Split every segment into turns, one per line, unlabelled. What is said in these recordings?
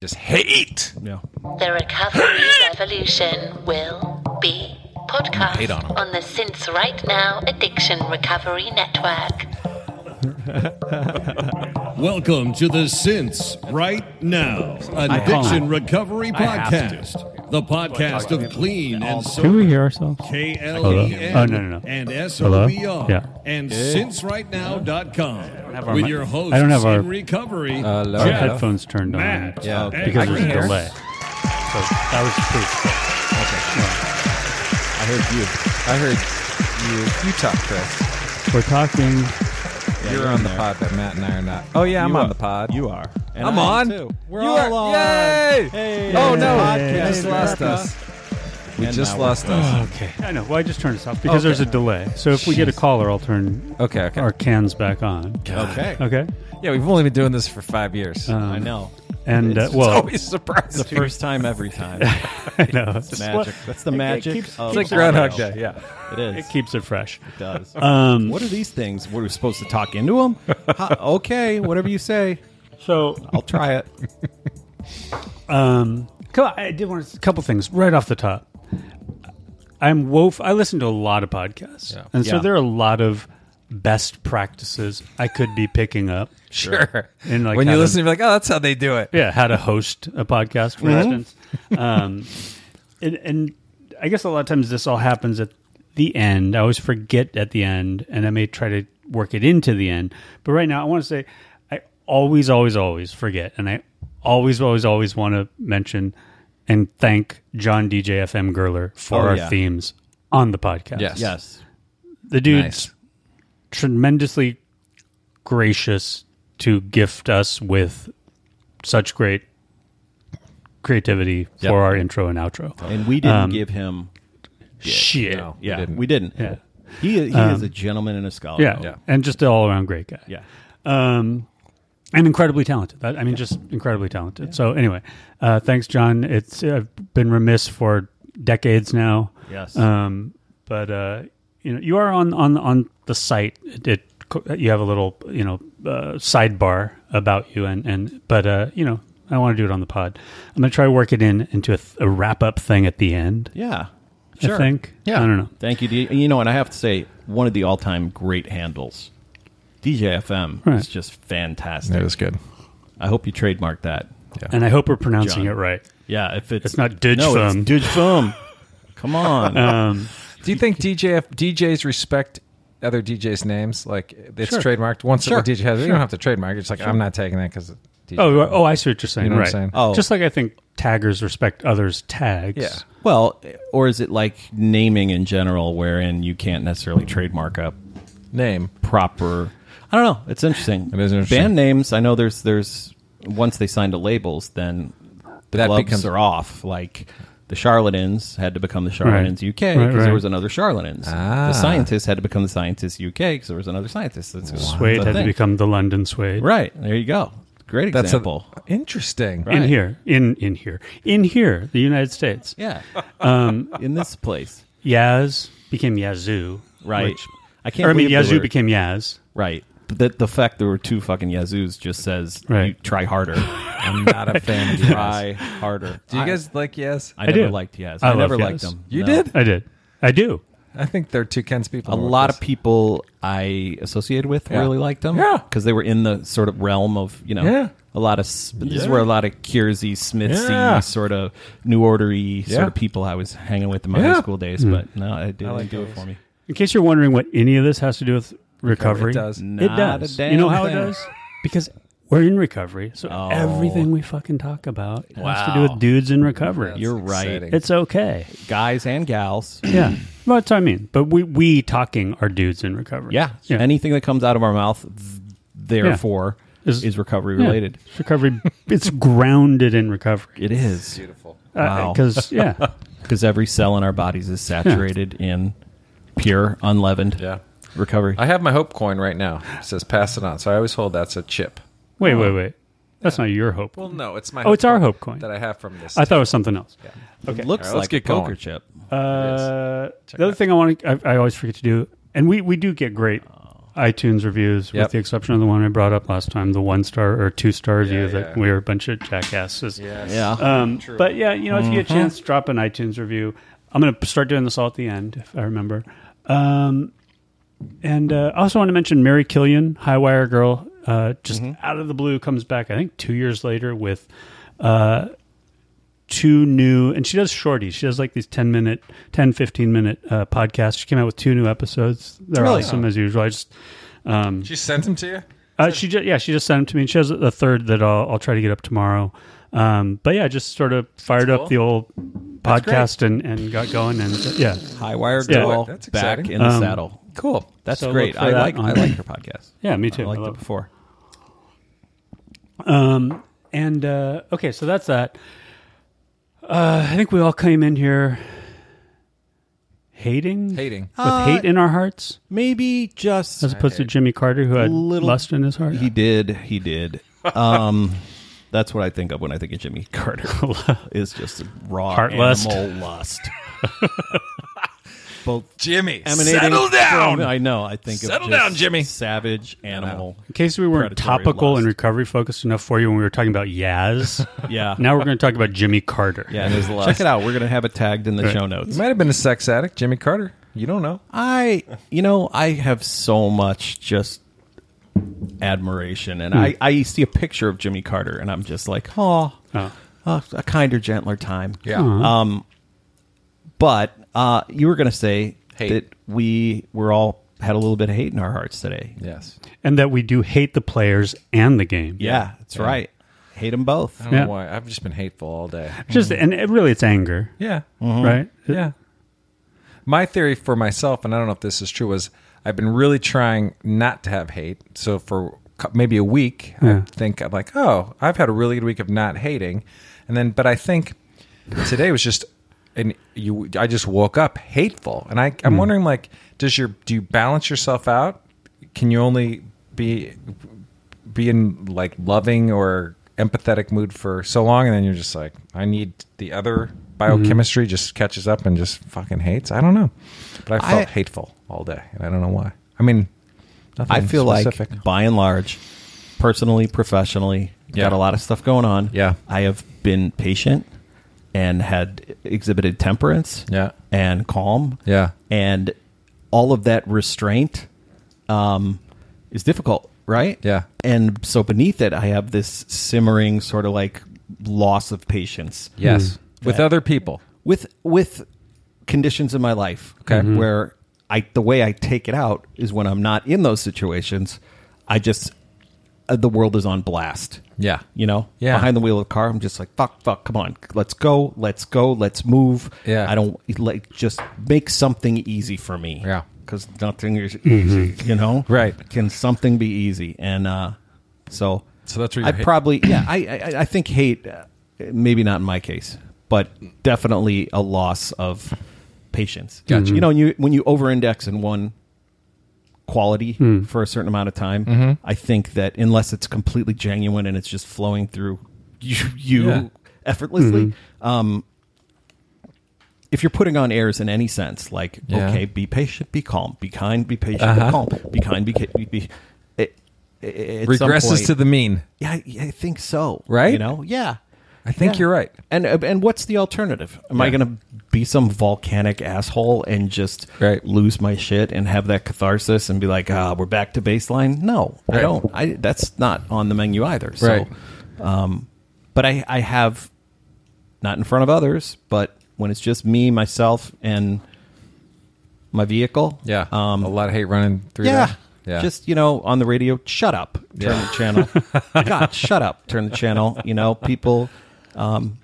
Just hate.
Yeah.
The Recovery Revolution will be
Hate
podcast
on 'em.
on, the Since Right Now Addiction Recovery Network.
Welcome to the Since Right Now Addiction Recovery Podcast, the podcast of clean and
Do
sober
we hear ourselves?
KLEN
Hello? Oh, no, no, no.
and
Hello?
SOBR
Yeah.
and SinceRightNow.com
our
with
mi-
your hosts
I don't have our-
in recovery,
Hello.
Our
Jeff,
headphones turned on
Matt,
Yeah,
and
because there's a
Chris.
delay. So that was proof.
I heard you. I heard you. You talk, Chris.
We're talking.
you're, on the pod, but Matt and I are not. Oh yeah, I'm
You
on
are.
the pod.
You are. And
I'm
I
on.
am Too. We're
You
all
are-
on.
Yay!
Hey,
Oh
it's
no!
a
You
podcast
just
in
lost
America.
us. We
And
just
now
lost us.
Okay. I know. Well, I just turned this off because
Okay.
there's a delay. So if we get a caller, I'll turn
Okay. Okay.
our cans back on.
Okay.
Okay.
Yeah, we've only been doing this for five years.
Um,
I know.
And uh,
it's
well,
always surprising.
It's the first time every time.
I know. It's-
magic. That's the magic.
keeps-
of
It's like
audio.
Groundhog Day. Yeah.
It is.
it keeps it fresh.
does.
Um,
what are these things? Were we supposed to talk into them? okay, whatever you say.
so
I'll try it.
Um, come on, I did want to, a couple things right off the top. I'm woef. I listen to a lot of podcasts,
Yeah.
and so
Yeah.
there are a lot of best practices I could be picking up.
Sure.
And, like,
when you
having-
listen, you're like, oh, that's how they do it.
Yeah, how to host a podcast, for
Mm-hmm.
instance. Um, and, and I guess a lot of times this all happens at the end. I always forget at the end, and I may try to work it into the end. But right now, I want to say I always, always, always forget, and I always, always, always want to mention and thank John DJ FM Gerler for
Oh,
our
yeah.
themes on the podcast.
Yes.
Yes.
the dude's
Nice.
tremendously gracious to gift us with such great creativity
Yep.
for our intro and outro.
And we didn't
Um,
give him.
Shit.
No.
Oh, Yeah,
didn't.
we didn't.
Yeah. Um,
He, he is a gentleman and a scholar.
Yeah.
Yeah.
And just an all around great guy.
Yeah.
Um, and incredibly talented. I I mean, just incredibly talented. So anyway, uh, thanks, John. It's I've been remiss for decades now.
Yes.
Um, but uh, you know, you are on on on the site. It, it you have a little you know uh, sidebar about you, and and but uh, you know, I want to do it on the pod. I'm gonna try to work it in into a, th- a wrap up thing at the end.
Yeah.
I think.
Yeah.
I don't know.
Thank you. D- You know, and I have to say, one of the all time great handles. DJ FM
Right.
is just fantastic.
That was good.
I hope you trademark that.
And I hope we're pronouncing
John.
it right.
Yeah, if it's,
It's not Didge Uh.
no, it's
Fum.
Didge Fum. Come on.
Do you think DJ DJs respect other DJs' names? Like it's
Sure.
trademarked. Once a DJ has it, you don't have to trademark. it. It's like I'm not taking that because.
Oh, oh, I see what you're saying.
You know what I'm
right.
saying?
Oh.
Just like I think taggers respect others' tags.
yeah.
well, or is it like naming in general, wherein you can't necessarily trademark a
Name.
proper? I don't know. It's interesting.
It is interesting.
Band names. I know there's there's once they sign to labels, then the
That
gloves
becomes-
are off. Like the Charlatans had to become the Charlatans UK because
Right, right.
there was another Charlatans.
Ah.
The Scientists had to become the Scientists UK because there was another Scientist. That's just
Suede had
the
to
thing.
become the London suede.
right. There you go. Great
That's
example.
a, interesting.
Right.
In here, in in here, in here, the United States.
yeah.
Um,
in this place.
Yaz became Yazoo.
Right.
which-
I can't
or I mean,
believe there
Yazoo
were-
became Yaz.
Right. But The, the fact there were two fucking Yazoos just says
Right.
you try harder.
I'm not a fan of Yaz.
try harder.
Do you guys like Yes?
I, I
I
never
do.
liked Yaz.
I
I,
love
never
Yaz.
liked them.
You
No.
did?
I did. I do.
I think they're two Ken's people.
A lot of people I associated with
Yeah.
really liked them.
Yeah.
Because they were in the sort of realm of, you know,
Yeah.
a lot of, s- this is
Yeah.
where a lot of Kiersey, Smithsy,
Yeah.
sort of New Ordery
Yeah.
sort of people I was hanging with in my
Yeah. Mm-hmm.
high school days. But no, it didn't
like
do it
Yaz.
for me.
In case you're wondering what any of this has to do with recovery,
It does.
It
Not
does.
a damn
you know how
thing. Oh.
it does? Because we're in recovery, so everything we fucking talk about has to do
Wow.
with dudes in recovery.
You're right.
exciting.
it's okay.
Guys and gals.
Yeah. Well, that's what I mean. But we we talking are dudes in recovery.
Yeah. Anything that comes out of our mouth, th- therefore,
Is-
is, recovery
Yeah.
related.
It's recovery. it's grounded in recovery.
It is.
Uh,
Wow.
Because yeah,
Because every cell in our bodies is saturated in pure, unleavened
Yeah.
recovery.
I have my hope coin right now. It says pass it on. So I always hold that's a chip.
wait, wait, wait. That's not your hope.
Well, no, it's my.
Oh, it's our hope coin.
that I have from this.
I thought it was something else.
It looks
All right, let's
like
get
a poker
going.
chip.
Uh, the other thing I want to, I, I always forget to do, and we we do get great. iTunes reviews,
Oh. Yep.
with the exception of the one I brought up last time, the one star or two star review that
yeah.
we were a bunch of jackasses.
Yeah.
uh,
Um, but yeah, you know, if you get a chance, drop an iTunes review. I'm going to start doing this all at the end, if I remember. Um, and uh, I also want to mention Mary Killian, Highwire Girl, uh, just out of the blue comes back, I think two years later, with uh, two new and she does shorties she does like these 10 minute 10 15 minute uh, podcasts she came out with two new episodes they're
Really?
awesome as usual i just
She sent them to you.
uh, she just yeah she just sent them to me and she has a third that i'll, I'll try to get up tomorrow um, but yeah I just sort of fired
cool.
up the old podcast and, and got going and uh, yeah
High wire
Yeah.
girl
That's
back
exciting.
in the saddle.
Cool.
That's
so
great.
look for
I
that
like I
on-
like her podcast.
yeah me
I
too I
liked
love
it
it.
before.
and uh, okay so that's that uh, i think we all came in here hating
Hating.
with
Uh,
hate in our hearts
Maybe just
as opposed to jimmy carter who had
Little-
lust in his heart
he did. He did. Um, that's what I think of when I think of Jimmy Carter. is just raw
Heart lust.
animal lust.
Jimmy,
Emanating
settle
from-
down.
I know. I think
Settle
of just
down, Jimmy.
Savage animal.
In case we weren't
predatory
topical
lust.
and recovery focused enough for you when we were talking about Yaz,
Yeah.
now we're going to talk about Jimmy Carter.
yeah, and his lust. Check it out. We're gonna have it tagged in the show notes.
might have been a sex addict, Jimmy Carter. You don't know.
I, you know, I have so much just admiration, and
Hmm.
I, I see a picture of Jimmy Carter, and I'm just like, oh,
Oh.
oh, a kinder, gentler time.
Yeah.
But uh, you were going to say
Hate.
that we were all had a little bit of hate in our hearts today.
yes.
And that we do hate the players and the game.
Yeah, that's right. Hate them both.
I don't
Yeah.
know why. I've just been hateful all day. Mm.
Just and it, really, it's anger,
Yeah.
right?
Yeah. My theory for myself, and I don't know if this is true, was I've been really trying not to have hate. So for cou- maybe a week, I
Yeah.
think I'm like, oh, I've had a really good week of not hating, and then, but I think today was just, and you, I just woke up hateful, and I, I'm wondering, like, does your do you balance yourself out? Can you only be be in like loving or empathetic mood for so long and then you're just like i need the other biochemistry just catches up and just fucking hates i don't know but i felt
I-
hateful all day and i don't know why i mean nothing
I feel
specific.
like, by and large, personally, professionally,
Yeah.
got a lot of stuff going on.
Yeah.
I have been patient and had exhibited temperance.
Yeah.
and calm.
Yeah.
and all of that restraint um, is difficult, right?
Yeah.
and so beneath it, I have this simmering sort of like loss of patience
yes with other people
with with conditions in my life
Okay. Mhm.
where I the way I take it out is when I'm not in those situations, I just uh, the world is on blast.
Yeah.
You know,
Yeah.
behind the wheel of the car, I'm just like, fuck, fuck, come on, let's go, let's go, let's move.
Yeah.
I don't like just make something easy for me.
Yeah. Mm-hmm.
because nothing is easy. You know,
Right.
Can something be easy? And uh, so,
So that's where
I
your hate-
probably yeah. I I, I think hate, uh, maybe not in my case, but definitely a loss of patience.
Gotcha.
You know, when you when you overindex in one quality
Hmm.
for a certain amount of time,
Mm-hmm.
I think that unless it's completely genuine and it's just flowing through you, you
Yeah. Mm-hmm.
effortlessly, um, if you're putting on airs in any sense, like
Yeah. Uh-huh.
okay, be patient, be calm, be kind, be patient, be calm, be kind, be ca- be. be it, it, at some
regresses
point-
to the mean
yeah, I, I think so.
Right?
You know? Yeah.
i think
Yeah.
you're right
And uh, and what's the alternative? Am I
Yeah.
going to be some volcanic asshole and just
Right.
lose my shit and have that catharsis and be like, ah, we're back to baseline? No,
Right.
I don't. I that's not on the menu either. So,
Right.
um, but I I have not in front of others, but when it's just me, myself, and my vehicle,
yeah
um,
a lot of hate running through
yeah.
that. yeah
Just, you know, on the radio, shut up. Turn
Yeah.
the channel. God, shut up. Turn the channel. You know, people. Um,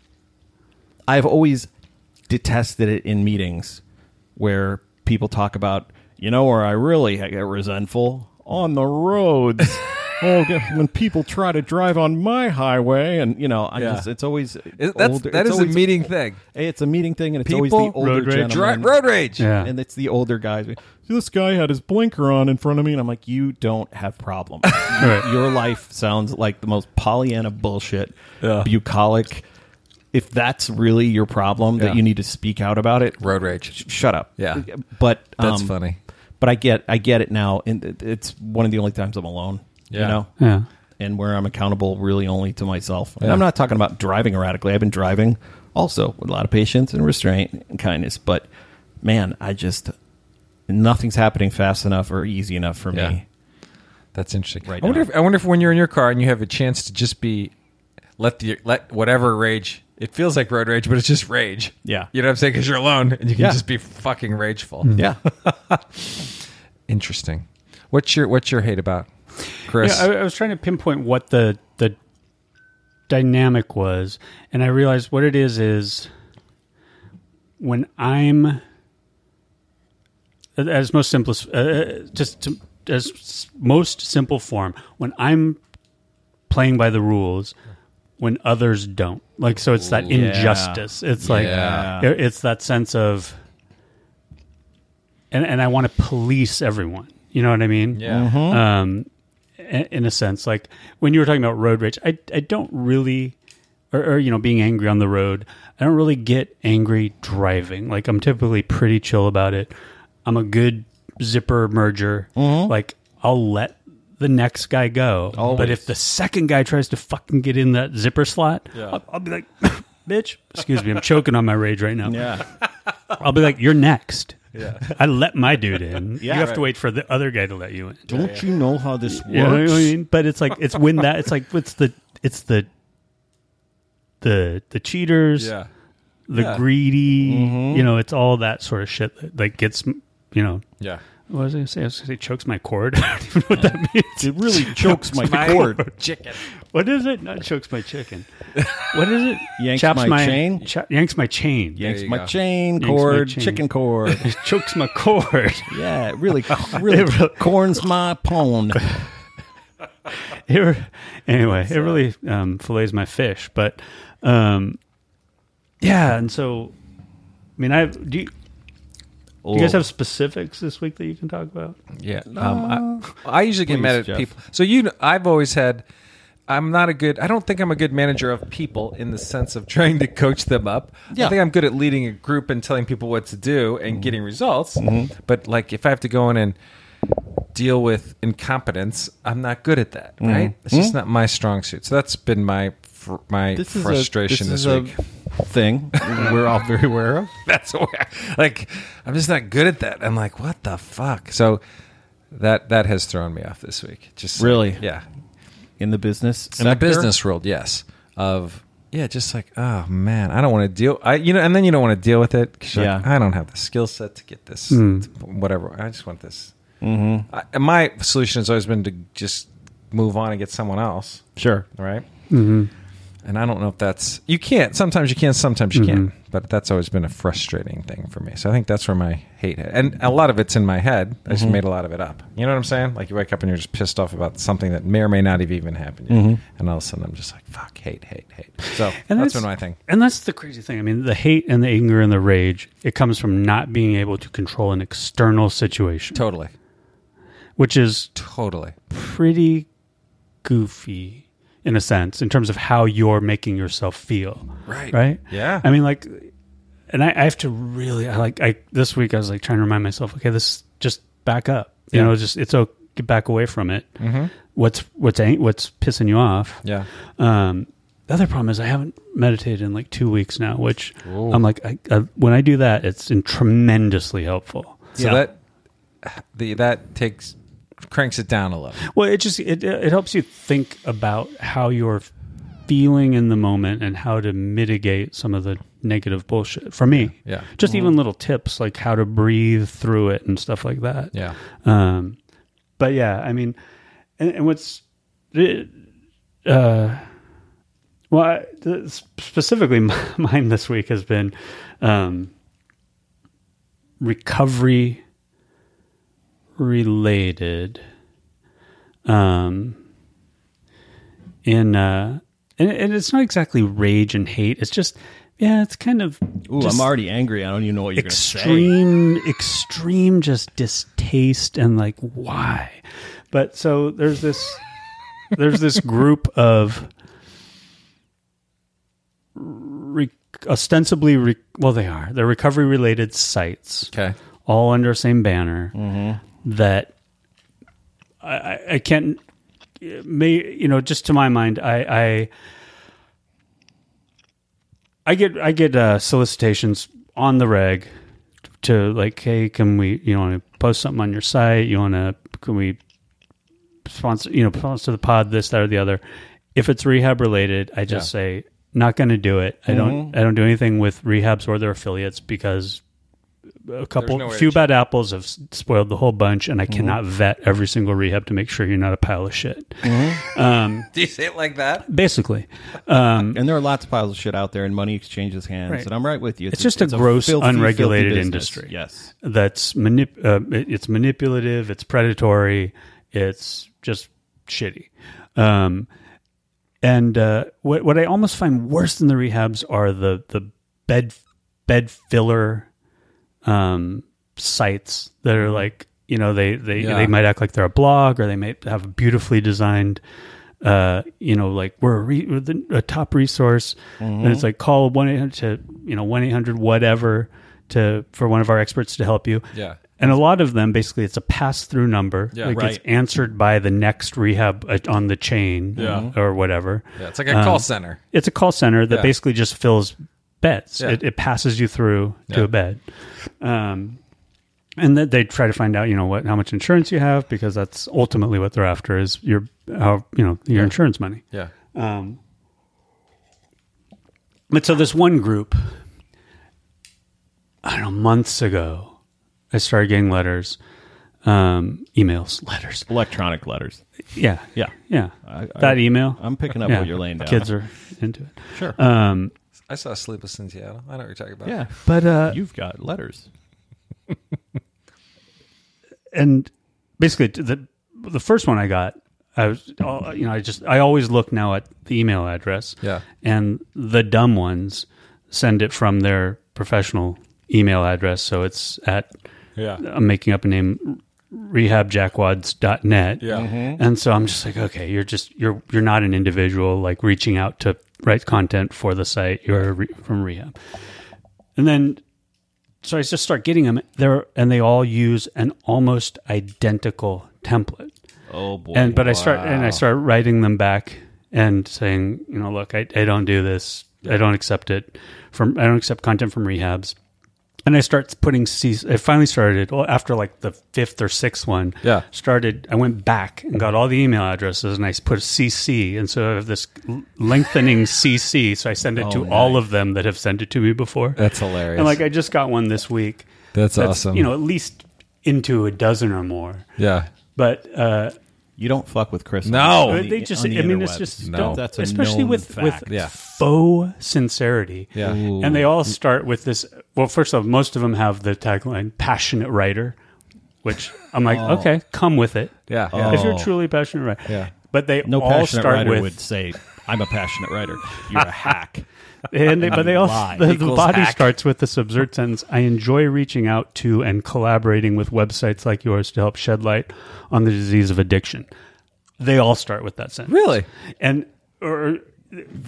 I've always detested it in meetings where people talk about, you know, where I really get resentful on the roads. oh, g- when people try to drive on my highway, and you know, I
Yeah.
just, it's always
It- that's,
older-
that
it's
is a
always-
meeting thing
It's a meeting thing, and it's always the
People,
older
road rage.
gentleman.
Dri- road rage
Yeah.
And it's the older guys. This guy had his blinker on in front of me, and I'm like, you don't have problems.
Right.
Your life sounds like the most Pollyanna bullshit, bucolic. If that's really your problem,
Yeah.
that you need to speak out about it,
road rage
shut up.
Yeah.
But
That's
um,
funny.
But I get I get it now, and it- it's one of the only times I'm alone. You
Yeah.
know.
Yeah.
And where I'm accountable really only to myself. And I'm not talking about driving erratically. I've been driving also with a lot of patience and restraint and kindness. But man, I just nothing's happening fast enough or easy enough for
Yeah.
me.
That's interesting.
Right
I wonder
now.
if I wonder if when you're in your car and you have a chance to just be let the let whatever rage. It feels like road rage, but it's just rage.
Yeah.
you know what I'm saying? Because you're alone and you can
Yeah. Mm-hmm.
just be fucking rageful.
Yeah.
Interesting. What's your what's your hate about, Chris?
Yeah, I, I was trying to pinpoint what the the dynamic was, and I realized what it is is when I'm at its most simplest, uh, just to, as s- most simple form, when I'm playing by the rules, when others don't, like so, it's that injustice. It's like
Yeah.
it- it's that sense of, and and I want to police everyone. You know what I mean?
yeah.
um, i- in a sense. Like when you were talking about road rage, I, I don't really, or, or you know, being angry on the road, I don't really get angry driving. Like I'm typically pretty chill about it. I'm a good zipper merger.
Mm-hmm.
Like I'll let the next guy go. But if the second guy tries to fucking get in that zipper slot, I'll, I'll be like, bitch, excuse me, I'm choking on my rage right now.
yeah.
I'll be like, you're next. Yeah. I let my dude in. you have
right.
to wait for the other guy to let you in.
Don't you know how this works?
You know what I mean? But it's like it's when that it's like it's the it's the the the cheaters,
Yeah.
the
Yeah.
greedy,
Mm-hmm.
you know, it's all that sort of shit that like gets you know.
Yeah.
What was I gonna say? I was gonna say chokes my cord. I don't even know what that means.
It really chokes my
My
cord.
chicken.
What is it? Not chokes my chicken. What is it?
Yanks my chain?
cha- yanks my chain.
Yanks
you
my
go.
chain
Yanks my
cord,
chain.
chicken cord.
chokes my cord.
yeah, it really, really corns my pone.
it, re- anyway, it really um, fillets my fish, but um, yeah, and so I mean, I do. You, do you guys have specifics this week that you can talk about?
Yeah. Um, I, I usually get mad at
Jeff.
people. So you, kn- I've always had. I'm not a good. I don't think I'm a good manager of people in the sense of trying to coach them up.
Yeah. Mm-hmm.
I think I'm good at leading a group and telling people what to do and getting results. But like, if I have to go in and deal with incompetence, I'm not good at that.
Mm-hmm.
Right? It's just not my strong suit. So that's been my fr- my
This is a-
frustration
this,
this,
is a
week.
Thing we're all very aware of.
that's where, like I'm just not good at that. I'm like, what the fuck? So that that has thrown me off this week. Just like,
Really?
yeah.
in the business.
In the business world, yes. Of yeah, just like oh man, I don't want to deal. I you know, and then you don't want to deal with it. 'cause you're like,
Yeah.
I don't have the skill set to get this. Whatever. I just want this. Mm-hmm. I, and my solution has always been to just move on and get someone else.
sure.
Right. Mm-hmm. And I don't know if that's you can't. Sometimes you can. Sometimes you can't. But that's always been a frustrating thing for me. So I think that's where my hate and a lot of it's in my head. I just made a lot of it up. You know what I'm saying? Like you wake up and you're just pissed off about something that may or may not have even happened. Yet. And all of a sudden I'm just like fuck, hate, hate, hate. So
And
that's
that's-
been my thing.
And that's the crazy thing. I mean, the hate and the anger and the rage, it comes from not being able to control an external situation,
Totally,
which is
totally.
pretty goofy in a sense in terms of how you're making yourself feel.
Right.
Right?
Yeah.
I mean like and I, I have to really I like I this week I was like trying to remind myself, okay, this just back up. You know, just it's okay get back away from it. Mm-hmm. What's what's ang- what's pissing you off?
Yeah.
Um, the other problem is I haven't meditated in like two weeks now, which I'm like, I, I, when I do that, it's in tremendously helpful.
So that the that takes cranks it down a little.
Well, it just it it helps you think about how you're feeling in the moment and how to mitigate some of the negative bullshit. For me,
Yeah. Mm-hmm.
just even little tips like how to breathe through it and stuff like that.
Yeah.
Um, but yeah, I mean, and, and what's, it, uh, well, I, th- specifically mine this week has been um, recovery related. Um, in uh, and, and it's not exactly rage and hate. It's just yeah, it's kind of
Ooh,
just-
I'm already angry. I don't even know what you're going to say.
extreme extreme just distaste and like why but so there's this there's this group of re- ostensibly re- well they are they're recovery related sites
Okay.
all under the same banner that I, I- I can't may you know just to my mind I I I get I get uh, solicitations on the reg to like hey can we you want to post something on your site you want to can we sponsor you know sponsor the pod this that or the other if it's rehab related I just say not going to do it I don't I don't do anything with rehabs or their affiliates because a couple
no way to
few bad apples have s- spoiled the whole bunch
Mm-hmm.
and I cannot vet every single rehab to make sure you're not a pile of shit
Do you say it like that?
basically
And there are lots of piles of shit out there, and money exchanges hands.
Right.
And I'm right with you.
It's just a gross,
filthy,
unregulated
filthy business.
industry.
Yes.
that's manip- uh, it- it's manipulative, it's predatory, it's just shitty. Um, and uh, what what I almost find worse than the rehabs are the the bed bed filler um, sites that are like you know they they they might act like they're a blog or they might have a beautifully designed uh, you know, like we're a, re- we're the, a top resource, and
Mm-hmm.
it's like call one eight hundred to you know one eight hundred whatever to for one of our experts to help you.
Yeah.
and a lot of them basically it's a pass through number. Yeah, like
right.
it's answered by the next rehab uh, on the chain. or whatever.
Mm-hmm. Yeah, it's like a call center.
It's a call center that
Yeah.
basically just fills beds.
Yeah.
It, it passes you through to
Yeah.
a bed. Um, and that they try to find out, you know, what how much insurance you have because that's ultimately what they're after is your how you know your insurance money.
Yeah.
But so this one group, I don't know, months ago, I started getting letters, um, emails, letters.
Electronic letters.
Yeah,
Yeah.
yeah.
I- I-
that email.
I'm picking up what you're laying down.
Kids are into it.
Sure.
Um,
I saw Sleepless in Seattle. I know what you're talking about.
yeah.
but uh,
You've got letters.
and basically t- the the first one I got, I was uh, you know I just I always look now at the email address.
Yeah.
And the dumb ones send it from their professional email address, so it's at
Yeah.
I'm making up a name rehabjackwads.net.
Yeah. Mhm.
And so I'm just like, okay, you're just you're you're not an individual like reaching out to write content for the site. You're re- from rehab. And then so I just start getting them there and they all use an almost identical template.
Oh boy.
And but I start and I start writing them back and saying, you know, look, I, I don't do this. I don't accept it from I don't accept content from rehabs. And I start putting cease. I finally started well after like the fifth or sixth one.
Yeah.
started. I went back and got all the email addresses and I put a CC, and so I have this l- lengthening CC. So I send it to all of them that have sent it to me before.
Oh, That's hilarious.
And like I just got one this week.
That's awesome.
You know, at least into a dozen or more.
yeah.
But uh,
You don't fuck with Chris.
No.
Oh, on
but
the-
they just
on the
i mean it's
interwebs.
just
No.
don't-
That's a
especially
known
with
fact.
with
Yeah.
faux sincerity
Yeah. Ooh.
and they all start with this well first off most of them have the tagline passionate writer which i'm like
Oh.
okay come with it
Yeah.
if
yeah.
you're a truly passionate writer
Yeah.
but they
No
all
passionate
start
writer
with
would say, "I'm a passionate writer." You're a hack.
and they, but they
Lie
all the, the
equals
body
hack.
starts with this absurd sentence i enjoy reaching out to and collaborating with websites like yours to help shed light on the disease of addiction they all start with that sentence
Really?
and or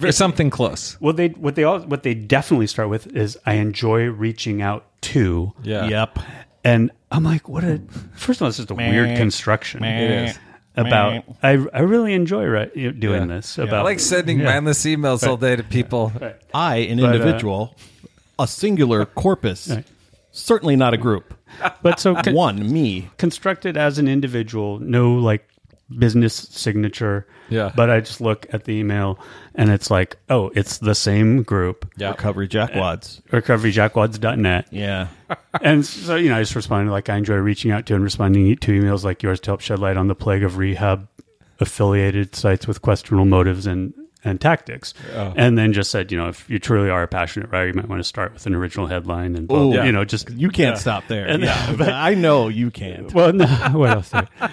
Or something close.
Well, they what they all what they definitely start with is I enjoy reaching out to,
Yeah.
Yep.
and I'm like, what a first of all, it's just a weird construction about. I I really enjoy right, doing
Yeah.
this
I
about
like sending mindless emails all day to people.
I, an
uh,
individual, a singular corpus, certainly not a group.
but so con-
One me.
constructed as an individual, no like business signature.
Yeah.
but I just look at the email and it's like, oh, it's the same group.
Yeah.
Recovery jackwads.
RecoveryJackwads.net.
Yeah.
and so you know, I just responded like I enjoy reaching out to and responding to emails like yours to help shed light on the plague of rehab affiliated sites with questionable motives and and tactics. And then just said, you know, if you truly are a passionate writer, you might want to start with an original headline and blah, blah,
yeah.
you know, just
You can't stop there.
And-
yeah, I know you can't.
well, no, what else? do you-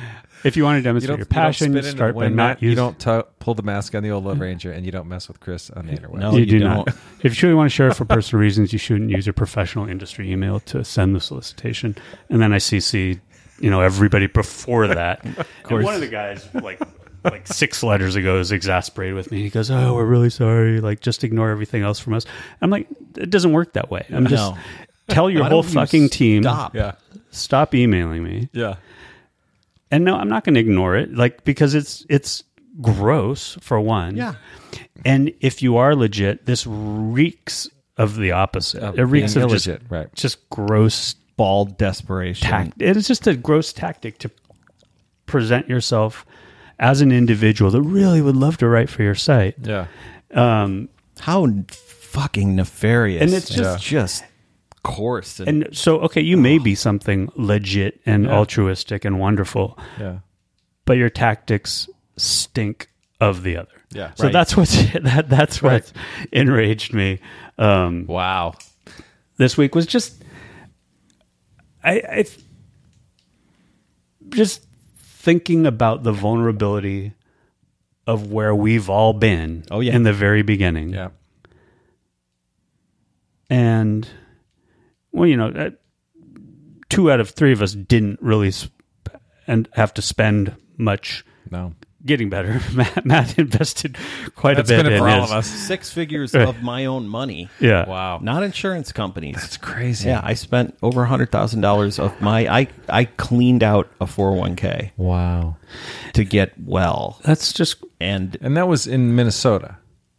If you want to demonstrate your
spit
passion, you
into the
start by
wind,
not
you
using.
don't t- pull the mask on the old Love Ranger, and you don't mess with Chris on the interweb.
No.
Oh, You,
you
do not.
don't.
If you truly want to share it for personal reasons, you shouldn't use your professional industry email to send the solicitation. And then I CC, you know, everybody before that. And one of the guys, like, like six letters ago, is exasperated with me. He goes, "Oh, we're really sorry. Like, just ignore everything else from us." I'm like, "It doesn't work that way. I'm just
No.
tell your
Why
whole
don't you
fucking team
Stop.
Yeah.
stop emailing me.
Yeah.
And no, I'm not going to ignore it, like because it's it's gross for one.
Yeah.
And if you are legit, this reeks of the opposite. it reeks
being
of just,
illegit, right. Mm.
just gross
Bald desperation.
tact. It's just a gross tactic to present yourself as an individual that really would love to write for your site.
Yeah.
Um,
How n- fucking nefarious.
And it's just-
just coarse. And,
and so, okay, you may be something legit and altruistic and wonderful,
Yeah.
but your tactics stink of the other.
Yeah.
So
Right.
that's what's that that's what enraged me. Um,
Wow.
this week was just I, I just thinking about the vulnerability of where we've all been
Oh, yeah.
in the very beginning.
Yeah.
And well, you know, uh, two out of three of us didn't really sp- and have to spend much
No.
getting better. Matt, Matt invested quite
That's
a bit
been it
in
for all
his-
of us.
Six figures of my own money.
Yeah.
Wow.
Not insurance companies.
That's crazy.
Yeah, I spent over a hundred thousand dollars of my. I I cleaned out a four hundred one k
Wow.
to get well,
That's just
and
And that was in Minnesota.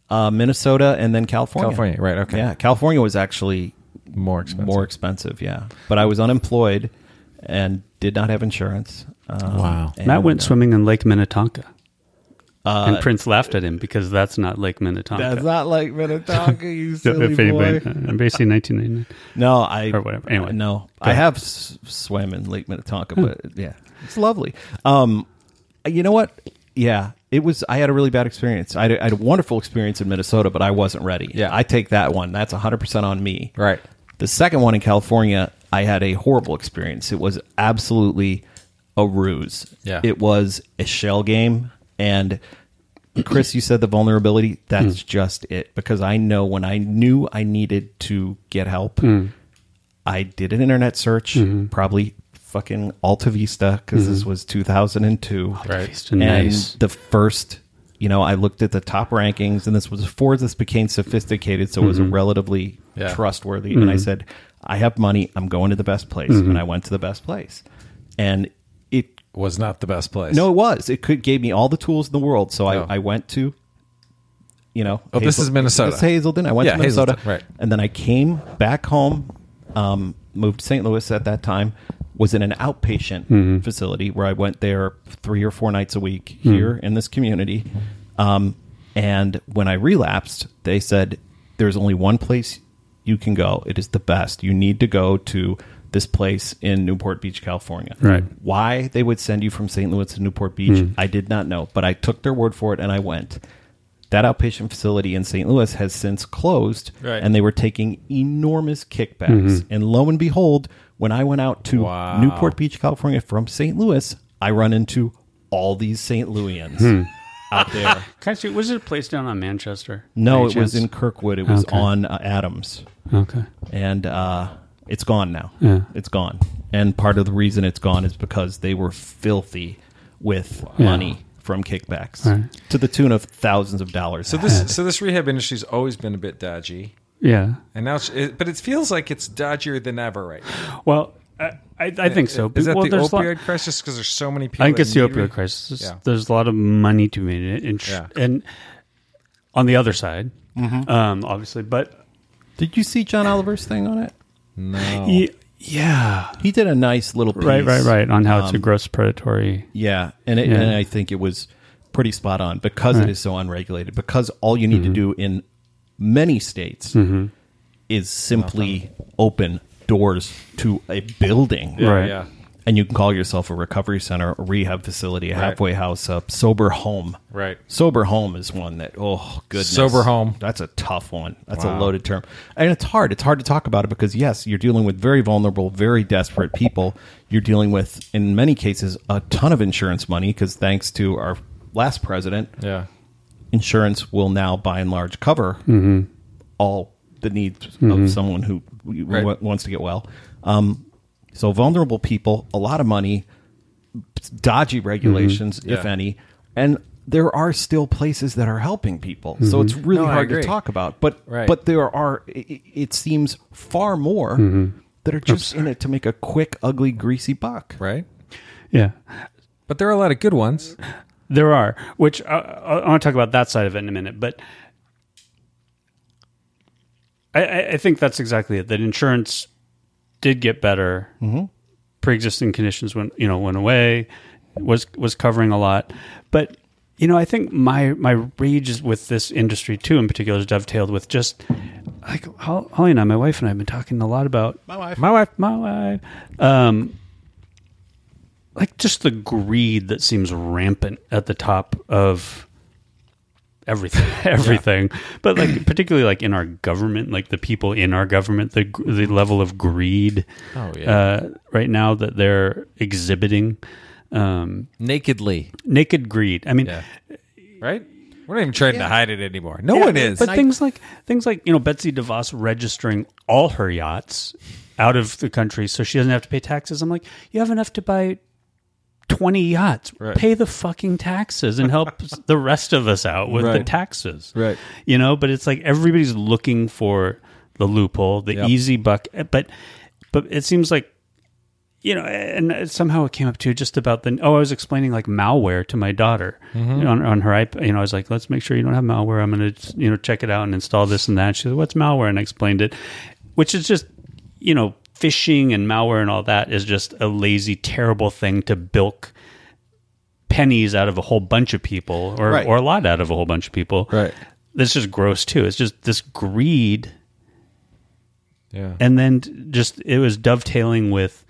uh, Minnesota, and then California.
California, right, okay.
Yeah, California was actually
More expensive.
more expensive. Yeah, but I was unemployed and did not have insurance. Um,
Wow.
and,
Matt went
uh,
swimming in Lake Minnetonka. and Prince laughed at him because that's not Lake Minnetonka.
That's not like Minnetonka, you silly
if anybody,
boy.
uh, basically 1999.
No, I
Or whatever. Anyway.
no, I have s- swam in Lake Minnetonka, but
Hmm.
yeah, it's lovely. Um, you know what? Yeah, it was. I had a really bad experience. I had a, I had a wonderful experience in Minnesota, but I wasn't ready.
Yeah.
I take that one. That's hundred percent on me.
Right.
The second one in California, I had a horrible experience. It was absolutely a ruse.
Yeah.
it was a shell game and. Chris, you said the vulnerability. That's just it. Because I know when I knew I needed to get help, I did an internet search, probably fucking Alta Vista, because this was 2002.
Right.
It's
And
nice.
the first, you know, I looked at the top rankings, and this was before this became sophisticated, so it was relatively
Yeah.
trustworthy. And I said, I have money. I'm going to the best place. And I went to the best place. And it
Was not the best place.
no, it was. It could gave me all the tools in the world. So
Oh.
I, I went to, you know,
Oh, this is Minnesota.
This is Hazelden. I went
Yeah,
to Minnesota,
Hazelden, right.
And then I came back home, um, moved to St. Louis at that time. Was in an outpatient
Mm-hmm.
facility where I went there three or four nights a week
Hmm.
here in this community. Um, and when I relapsed, they said there's only one place you can go. It is the best. You need to go to this place in Newport Beach, California.
Right.
Why they would send you from St. Louis to Newport Beach, I did not know, but I took their word for it and I went. That outpatient facility in St. Louis has since closed,
Right.
and they were taking enormous kickbacks. And lo and behold, when I went out to
Wow.
Newport Beach, California from St. Louis, I run into all these St. Louians out there.
Can I see- was it a place down on Manchester?
No,
Any
it was in
chance?
Kirkwood. It was
Okay.
on uh, Adams
Okay.
and uh, it's gone now.
Yeah.
It's gone. And part of the reason it's gone is because they were filthy with money from kickbacks
Right.
to the tune of thousands of dollars.
So this so this rehab industry's always been a bit dodgy.
Yeah.
And now it's it, but it feels like it's dodgier than ever right now.
Well, I, I, I think so.
Is that
Well,
the
there's a lot-
opioid crisis cuz there's so many people
I think it's the
that need
opioid
re-
crisis.
Yeah.
There's a lot of money to be made, in it, and, tr-
Yeah.
and on the other side, um, obviously, but
Did you see John Oliver's thing on it?
y- yeah,
He did a nice little piece.
right, right, right, on how it's
Um,
a gross predatory.
Yeah, and it,
Yeah.
and I think it was pretty spot on because it is so unregulated. Because all you need
Mm-hmm.
to do in many states is simply open doors to a building,
Right.
Yeah.
and you can call yourself a recovery center, a rehab facility, a
Right.
halfway house, a sober home.
Right.
Sober home is one that oh goodness.
Sober home.
That's a tough one. That's
Wow.
a loaded term. And it's hard. It's hard to talk about it because yes, you're dealing with very vulnerable, very desperate people. You're dealing with in many cases a ton of insurance money because thanks to our last president,
Yeah.
insurance will now by and large cover
Mm-hmm.
all the needs of someone who w-
Right.
w- wants to get well. Um, so vulnerable people, a lot of money, dodgy regulations, if
Mm-hmm. Yeah.
any, and there are still places that are helping people. So it's really
Mm-hmm. No, I
hard to
agree.
talk about, but
Right. Mm-hmm.
but there are. It, it seems far more that are just in it to make a quick, ugly, greasy buck.
right?
Yeah.
But there are a lot of good ones.
There are, which I, I, I want to talk about that side of it in a minute, but I, I, I think that's exactly it. That insurance did get better.
Mm-hmm.
Pre-existing conditions went, you know, went away. Was was covering a lot, but you know, I think my my rage is with this industry too, in particular, is dovetailed with just like Hol- Holly and I, my wife and I, have been talking a lot about
My wife,
my life. Um, like just the greed that seems rampant at the top of everything, everything. But like particularly like in our government, like the people in our government, the gr- the level of greed
Oh, yeah.
uh, right now that they're exhibiting, um,
nakedly,
naked greed. I mean,
Yeah. right? We're not even trying to hide it anymore. No one is.
But things like things like you know Betsy DeVos registering all her yachts out of the country so she doesn't have to pay taxes. I'm like, you have enough to buy twenty yachts. Pay the fucking taxes and help the rest of us out with the
Right.
taxes.
Right.
You know, but it's like everybody's looking for the loophole, the
Yep.
easy buck. But but it seems like you know, and somehow it came up to just about the. Oh, I was explaining like malware to my daughter you know, on, on her iPad. You know, I was like, let's make sure you don't have malware. I'm going to, you know, check it out and install this and that. She said, what's malware? And I explained it, which is just, you know, phishing and malware and all that is just a lazy, terrible thing to bilk pennies out of a whole bunch of people or,
Right.
or a lot out of a whole bunch of people.
Right.
That's just gross too. It's just this greed
yeah.
and then t- just it was dovetailing with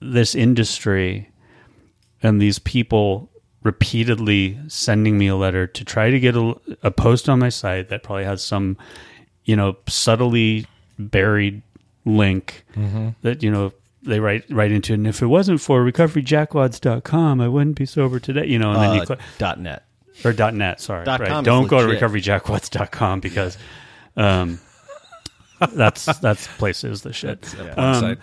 this industry and these people repeatedly sending me a letter to try to get a, a post on my site that probably has some you know subtly buried link that you know they write right into and if it wasn't for recoveryjackwads.com i wouldn't be sober today you know and then you
Uh,
click
dot net.
or .net. Sorry,
Dot
right.
com is
Don't go to
legit.
recoveryjackwatts.com because um, that's that's places the shit. Um,
website.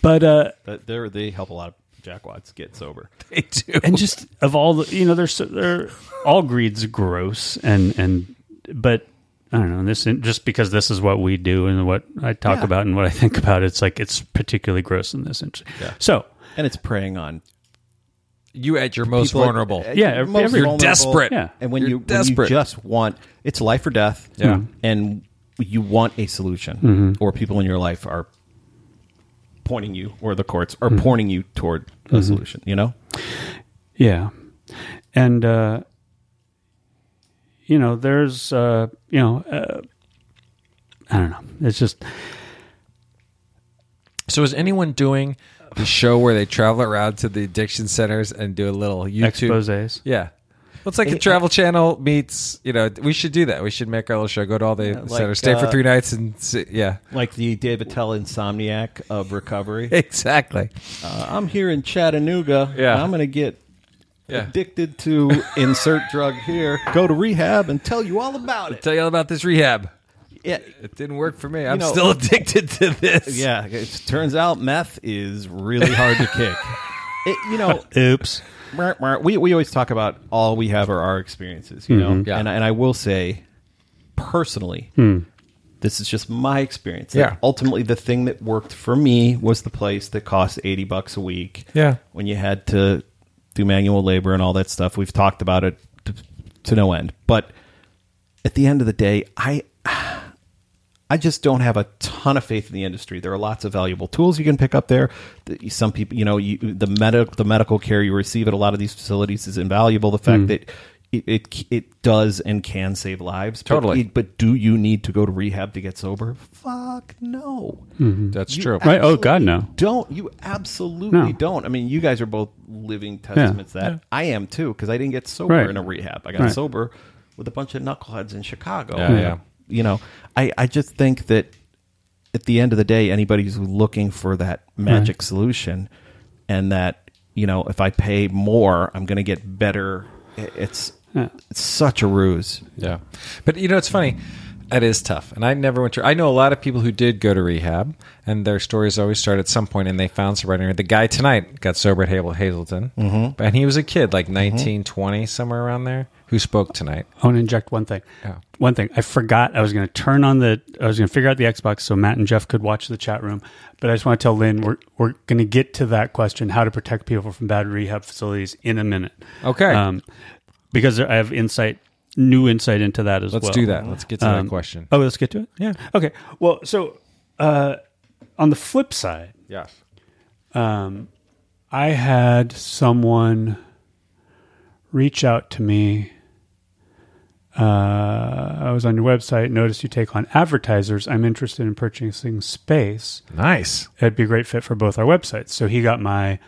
but uh,
That- they're- they help a lot of jackwads get sober.
They do.
and just of all the you know, there's so- they're all greed's gross and and but I don't know this just because this is what we do and what I talk
Yeah.
about and what I think about. It's like it's particularly gross in this industry. So
And it's preying on
you at your most
people are-
vulnerable.
uh,
Yeah, every-
most
every- You're
vulnerable.
desperate.
Yeah.
and when
You're
you when you
desperate.
just want it's life or death.
Yeah.
hmm.
and you want a solution,
Mm-hmm.
or people in your life are pointing you, or the courts
Mm-hmm.
are pointing you toward a solution. You know,
Yeah. And, uh, you know, there's, uh, you know, uh, I don't know. It's just,
So is anyone doing the show where they travel around to the addiction centers and do a little YouTube
Exposés.
Yeah. Well, it's like a travel channel meets, you know, we should do that. We should make our little show, go to all the
like,
centers, stay for
uh,
three nights and see, yeah.
like the David Tell insomniac of recovery.
Exactly.
Uh, I'm here in Chattanooga.
Yeah.
and I'm going to get
Yeah.
addicted to insert drug here. Go to rehab and tell you all about it.
Tell you all about this rehab.
Yeah,
It didn't work for me. I'm
know-
still addicted to this.
yeah. It turns out meth is really hard to kick. It, you know,
oops.
Mer- mer- we, we always talk about all we have are our experiences, you know?
Yeah.
And, I- and I will say, personally, this is just my experience. that
Hmm. Yeah.
Ultimately, the thing that worked for me was the place that cost 80 bucks a week.
Yeah.
When you had to do manual labor and all that stuff. We've talked about it to, to no end. But at the end of the day, I. I just don't have a ton of faith in the industry. There are lots of valuable tools you can pick up there. The- Some people, you know, you, the medic, the medical care you receive at a lot of these facilities is invaluable. The fact that it, it it does and can save lives. But
Totally.
it- But, do you need to go to rehab to get sober? Fuck no.
That's true.
Right. Oh, God, no.
Don't you absolutely
No.
don't. I mean, you guys are both living testaments to that
Yeah.
I am too because I didn't get sober
Right.
in a rehab. I got
Right.
sober with a bunch of knuckleheads in Chicago.
Yeah, yeah.
You know, I I just think that at the end of the day, anybody who's looking for that magic solution and that you know, if I pay more, I'm going to get better. i- It's it's such a ruse.
Yeah. But you know, it's funny. That is tough. And I never went to. I know a lot of people who did go to rehab, and their stories always start at some point, and they found sobriety. The guy tonight got sober at Hazel, Hazleton, mm-hmm. and he was a kid, like 19, 20, somewhere around there, who spoke tonight.
I want to inject one thing.
Yeah.
One thing. I forgot I was going to turn on the, I was going to figure out the Xbox so Matt and Jeff could watch the chat room. But I just want to tell Lynn, we're, we're going to get to that question how to protect people from bad rehab facilities in a minute.
Okay.
Um, because I have insight, new insight into that as
Let's
well.
do that. Let's get to
Um,
that question.
Oh, let's get to it?
Yeah.
Okay. Well, so uh, on the flip side,
Yes.
I had someone reach out to me. Uh, I was on your website, noticed you take on advertisers. I'm interested in purchasing space.
Nice.
It'd be a great fit for both our websites. So he got my,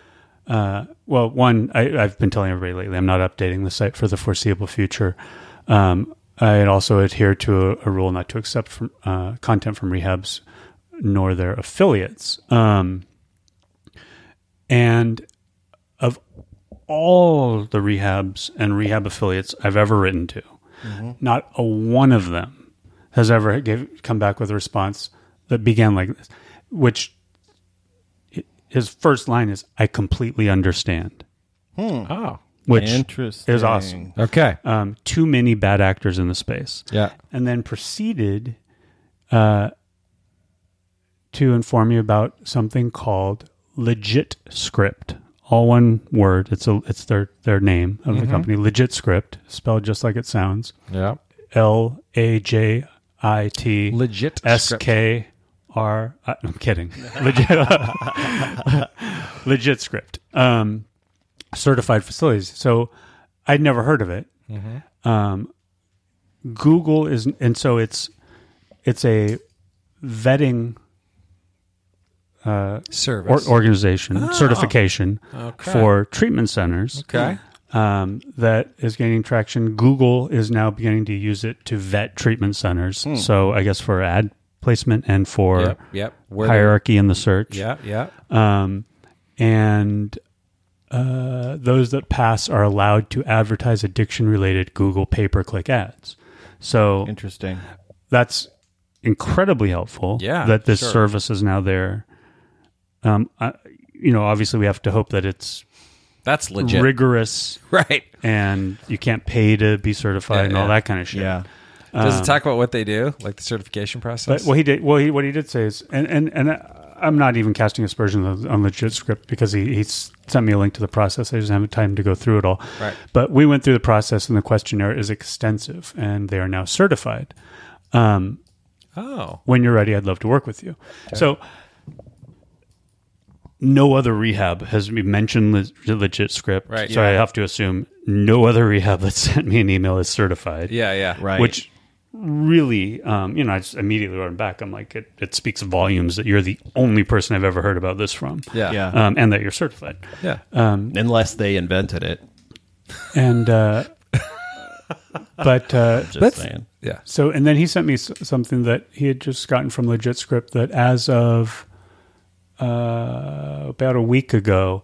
uh, well, one, I, I've been telling everybody lately I'm not updating the site for the foreseeable future. Um, I also adhere to a, a rule not to accept from, uh, content from rehabs nor their affiliates. Um, and of all the rehabs and rehab affiliates I've ever written to, not a one of them has ever gave, come back with a response that began like this, which hi- his first line is, I completely understand,
Oh.
which
Interesting.
is awesome.
Okay.
Um, too many bad actors in the space
Yeah.
and then proceeded uh, to inform you about something called Legit Script. All one word. It's a it's their their name of the company. Legit Script, spelled just like it sounds.
Yeah.
L A J I T.
Legit
S
script.
K R. I- I'm kidding. Legit. Legit script. Um, certified facilities. So I'd never heard of it.
Mm-hmm.
Um, Google is, and so it's it's a vetting or,
Service.
organization certification for treatment centers
Ah. okay.
um, that is gaining traction. Google is now beginning to use it to vet treatment centers. So I guess for ad placement and for
Hmm. Yep. Yep. Where they're-
hierarchy in the search.
Yeah. Yeah.
Um, and uh, those that pass are allowed to advertise addiction related Google pay per click ads. So
Interesting.
that's incredibly helpful
Yeah,
that this
sure.
service is now there. Um, I, you know, obviously we have to hope that it's
That's legit.
rigorous
right.
and you can't pay to be certified
Yeah,
and all
yeah.
that kind of shit.
Yeah.
Does it talk about what they do, like the certification process?
Um, But what he did, well, he, what he did say is, and and and I- I'm not even casting aspersions on, on legit script because he he s- sent me a link to the process. I just haven't had time to go through it all.
Right.
But we went through the process, and the questionnaire is extensive, and they are now certified. Um,
oh.
when you're ready, I'd love to work with you. So. No other rehab has mentioned le- legit script,
Right,
so
yeah.
I have to assume no other rehab that sent me an email is certified
Yeah. Yeah.
Right.
which really, um, you know, I just immediately wrote him back. I'm like, it, it speaks volumes that you're the only person I've ever heard about this from.
Yeah.
Yeah.
Um, and that you're certified.
Yeah.
Uh,
Unless they invented it.
And, uh, but, uh,
Just saying.
yeah.
so, and then he sent me s- something that he had just gotten from Legit Script that as of uh, about a week ago,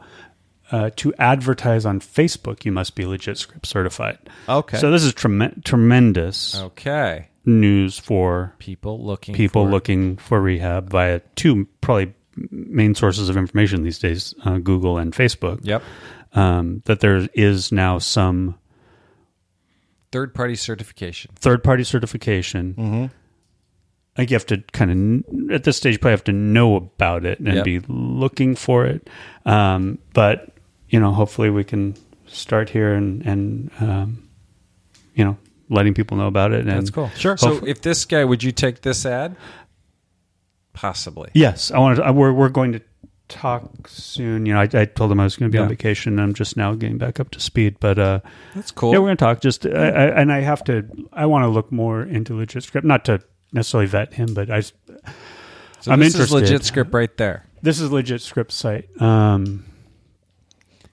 uh, to advertise on Facebook, you must be Legit Script certified.
Okay. Oh.
So this is trem- tremendous
Okay.
news for
People looking.
people
for-
looking for rehab via two probably main sources of information these days uh, Google and Facebook.
Yep.
Um, that there is now some
Third party certification.
third party certification.
Mm-hmm.
I think you have to kind of, at this stage, you probably have to know about it and
Yep.
be looking for it. Um, but, you know, hopefully we can start here and, and um, you know, letting people know about it. And
That's cool. So
hopefully-
if this guy, would you take this ad? Possibly.
Yes, I wanted. To, I- we're we're going to talk soon. You know, I, I told him I was going to be on
Yeah.
vacation. I'm just now getting back up to speed, but uh,
That's cool.
yeah, we're going to talk. Just I, I, and I have to. I want to look more into legit script, not to necessarily vet him, but I. s-
so
I'm
this
interested.
is legit script right there.
This is legit script site. Um,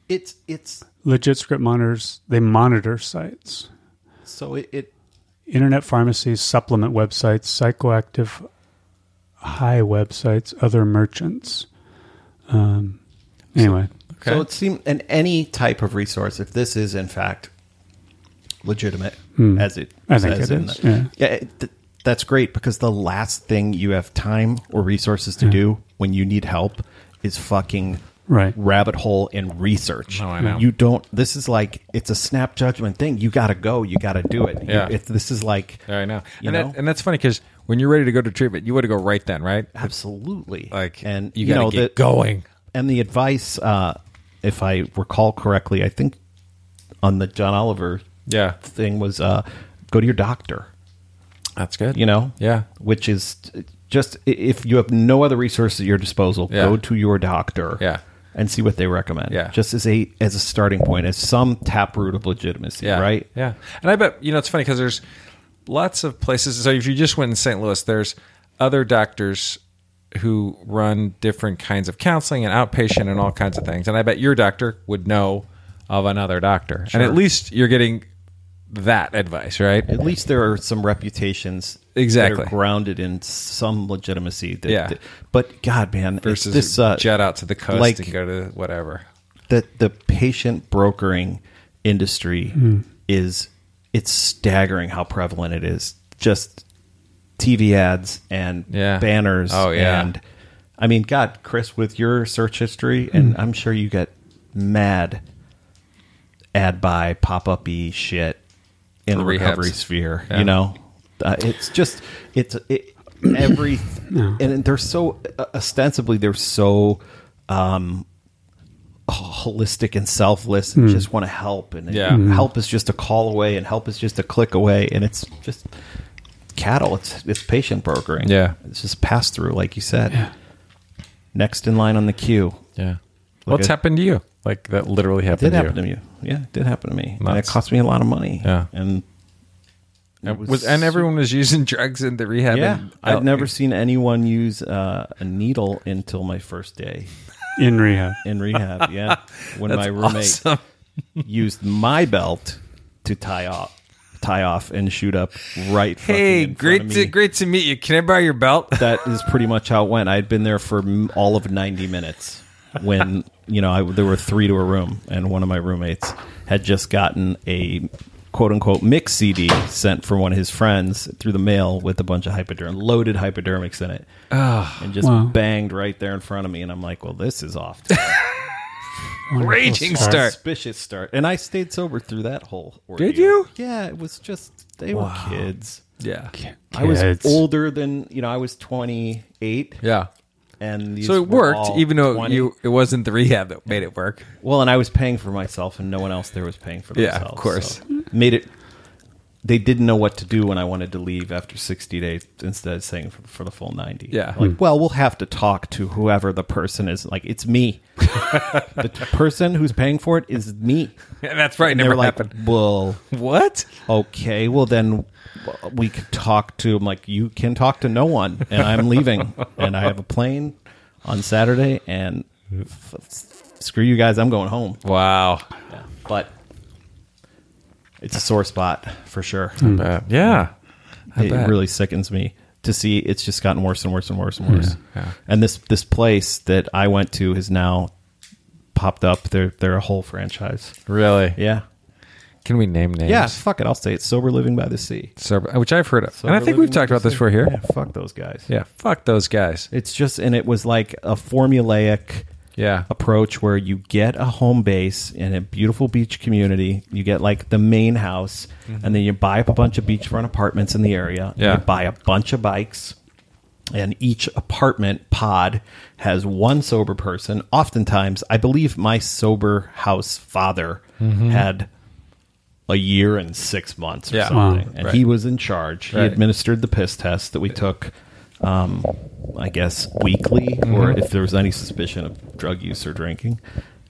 It's it's
legit script monitors. They monitor sites.
so it, it
internet pharmacies, supplement websites, psychoactive high websites, other merchants. Um, anyway,
Okay.
so it seems and any type of resource if this is in fact legitimate as it
Hmm. I think
says
it
in
is,
the-
yeah.
yeah it, th- that's great because the last thing you have time or resources to do when you need help is fucking
Right.
rabbit hole and research.
No, Oh, I know.
You don't. This is like it's a snap judgment thing. You got to go. You got to do it. You-
Yeah.
if this is like
Yeah, I know.
You
And,
know?
that, and that's funny because when you're ready to go to treatment, you want to go right then, right?
absolutely
Like,
and
you
you,
gotta
know
get
that
going.
And the advice, uh, if I recall correctly, I think on the John Oliver
Yeah.
thing was uh, go to your doctor.
That's good.
you know
Yeah.
which is just i- if you have no other resource at your disposal
Yeah.
go to your doctor
Yeah.
and see what they recommend
Yeah.
just as a as a starting point as some taproot of legitimacy
Yeah.
right
Yeah. And I bet, you know, it's funny because there's lots of places. So if you just went in St. Louis, there's other doctors who run different kinds of counseling and outpatient and all kinds of things. And I bet your doctor would know of another doctor. And at least you're getting that advice, right?
at least there are some reputations that are
Exactly.
grounded in some legitimacy that,
Yeah.
that- but god man it's
Versus
this uh,
jet out to the coast
like-
and go to whatever.
that the patient brokering industry is it's staggering how prevalent it is. Just TV ads and
Yeah.
banners.
Oh, yeah.
And I mean, God, Chris, with your search history, and I'm sure you get mad ad buy pop up y shit in
For
the recovery
rehabs.
sphere.
Yeah.
You know, uh, it's just it's it, every and they're so ostensibly they're so um holistic and selfless and just want to help and
Yeah. Mm.
help is just a call away and help is just a click away and it's just cattle it's it's patient brokering
Yeah.
it's just pass through like you said next in line on the queue
Yeah. What's
it-
happened to you? Like that literally
did
happened to
happen
you.
to me yeah it did happen to me and it
Nuts.
cost me a lot of money
Yeah.
and
And,
was
was, and everyone was using drugs in the rehab.
yeah
and-
i've never seen anyone use uh, a needle until my first day
in rehab.
in rehab yeah when my roommate
Awesome.
used my belt to tie off, tie off, and shoot up right. fucking
Hey,
in front
great
of
to
me.
great to meet you. Can I borrow your belt?
That is pretty much how it went. I had been there for m- all of ninety minutes when you know I, there were three to a room, and one of my roommates had just gotten a quote unquote mix CD sent from one of his friends through the mail with a bunch of hypoderm loaded hypodermics in it, and just
Wow.
banged right there in front of me. And I'm like, well, this is off. to
Wonderful
Raging
start.
start.
Suspicious start, and I stayed sober through that whole. Ordeal.
Did you?
Yeah, it was just they were kids.
Yeah.
I was
Kids.
older than you know. I was twenty eight.
Yeah.
and these
So it
were
worked,
all
even though
20.
you it wasn't the rehab that made it work.
Well, and I was paying for myself, and no one else there was paying for
Yeah, of
themselves.
course.
so made it. They didn't know what to do when I wanted to leave after sixty days instead of saying for, for the full ninety.
Yeah. Hmm.
like well, we'll have to talk to whoever the person is. Like it's me. the person who's paying for it is me.
That's right.
And they
never
were like,
happened.
Well,
What?
okay, well then we could talk to I'm like you can talk to no one, and I'm leaving, and I have a plane on Saturday, and f- f- screw you guys, I'm going home.
Wow.
But it's a sore spot for sure.
Uh, yeah.
it
bet.
really sickens me to see it's just gotten worse and worse and worse and worse.
Yeah, yeah.
And this this place that I went to has now popped up. They're they're a whole franchise.
Really?
Yeah.
Can we name names?
Yeah, fuck it. I'll say it. Sober Living by the Sea.
So, which I've heard of,
So
and I
we're
think we've
living
talked about this
with-
before here. Yeah.
Yeah, fuck those guys.
Fuck those guys.
It's just, and it was like a formulaic
Yeah.
approach where you get a home base in a beautiful beach community. You get like the main house, and then you buy up a bunch of beachfront apartments in the area.
Mm-hmm. Yeah.
You buy a bunch of bikes, and each apartment pod has one sober person. Oftentimes, I believe my sober house father had a year and six months or
Mm-hmm. Yeah. Wow.
something. And he was in charge. He
Right.
administered the piss test that we took, um, I guess, weekly, or
Mm-hmm.
if there was any suspicion of drug use or drinking.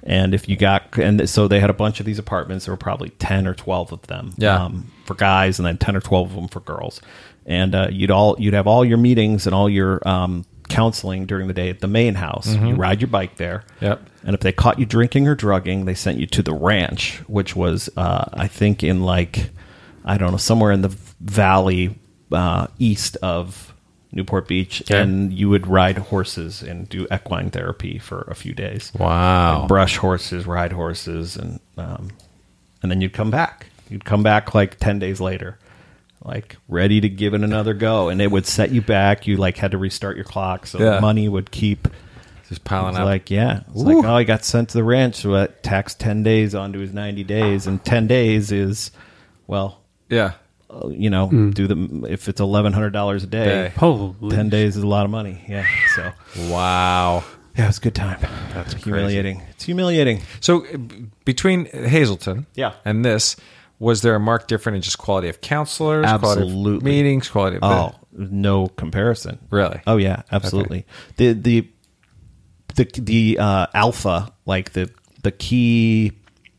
And if you got, and so they had a bunch of these apartments. There were probably 10 or 12 of them um,
Yeah.
for guys and then 10 or 12 of them for girls. And uh, you'd all you'd have all your meetings and all your um, counseling during the day at the main house. You ride your bike there.
Mm-hmm. Yep.
And if they caught you drinking or drugging, they sent you to the ranch, which was, uh, I think, in like, I don't know, somewhere in the valley uh, east of Newport Beach.
Okay.
And you would ride horses and do equine therapy for a few days.
Wow.
And brush horses, ride horses, and um, and then you'd come back. You'd come back like ten days later, like ready to give it another go, and it would set you back. You like had to restart your clock, so
Yeah.
money would keep.
Just piling
It's
up.
like yeah, it's like oh, he got sent to the ranch, so that tax ten days onto his ninety days, and ten days is well,
yeah.
uh, you know, do the if it's eleven hundred dollars a day,
Day.
Holy
ten days is a lot of money. Yeah, so
Wow.
yeah, it was a good time.
That's crazy.
humiliating. It's humiliating.
So uh, b- between Hazelton
Yeah.
and this, was there a marked difference in just quality of counselors, quality of
Absolutely.
meetings, quality of
Oh, no comparison.
Really?
Oh yeah, absolutely. The the the the uh, alpha, like the the key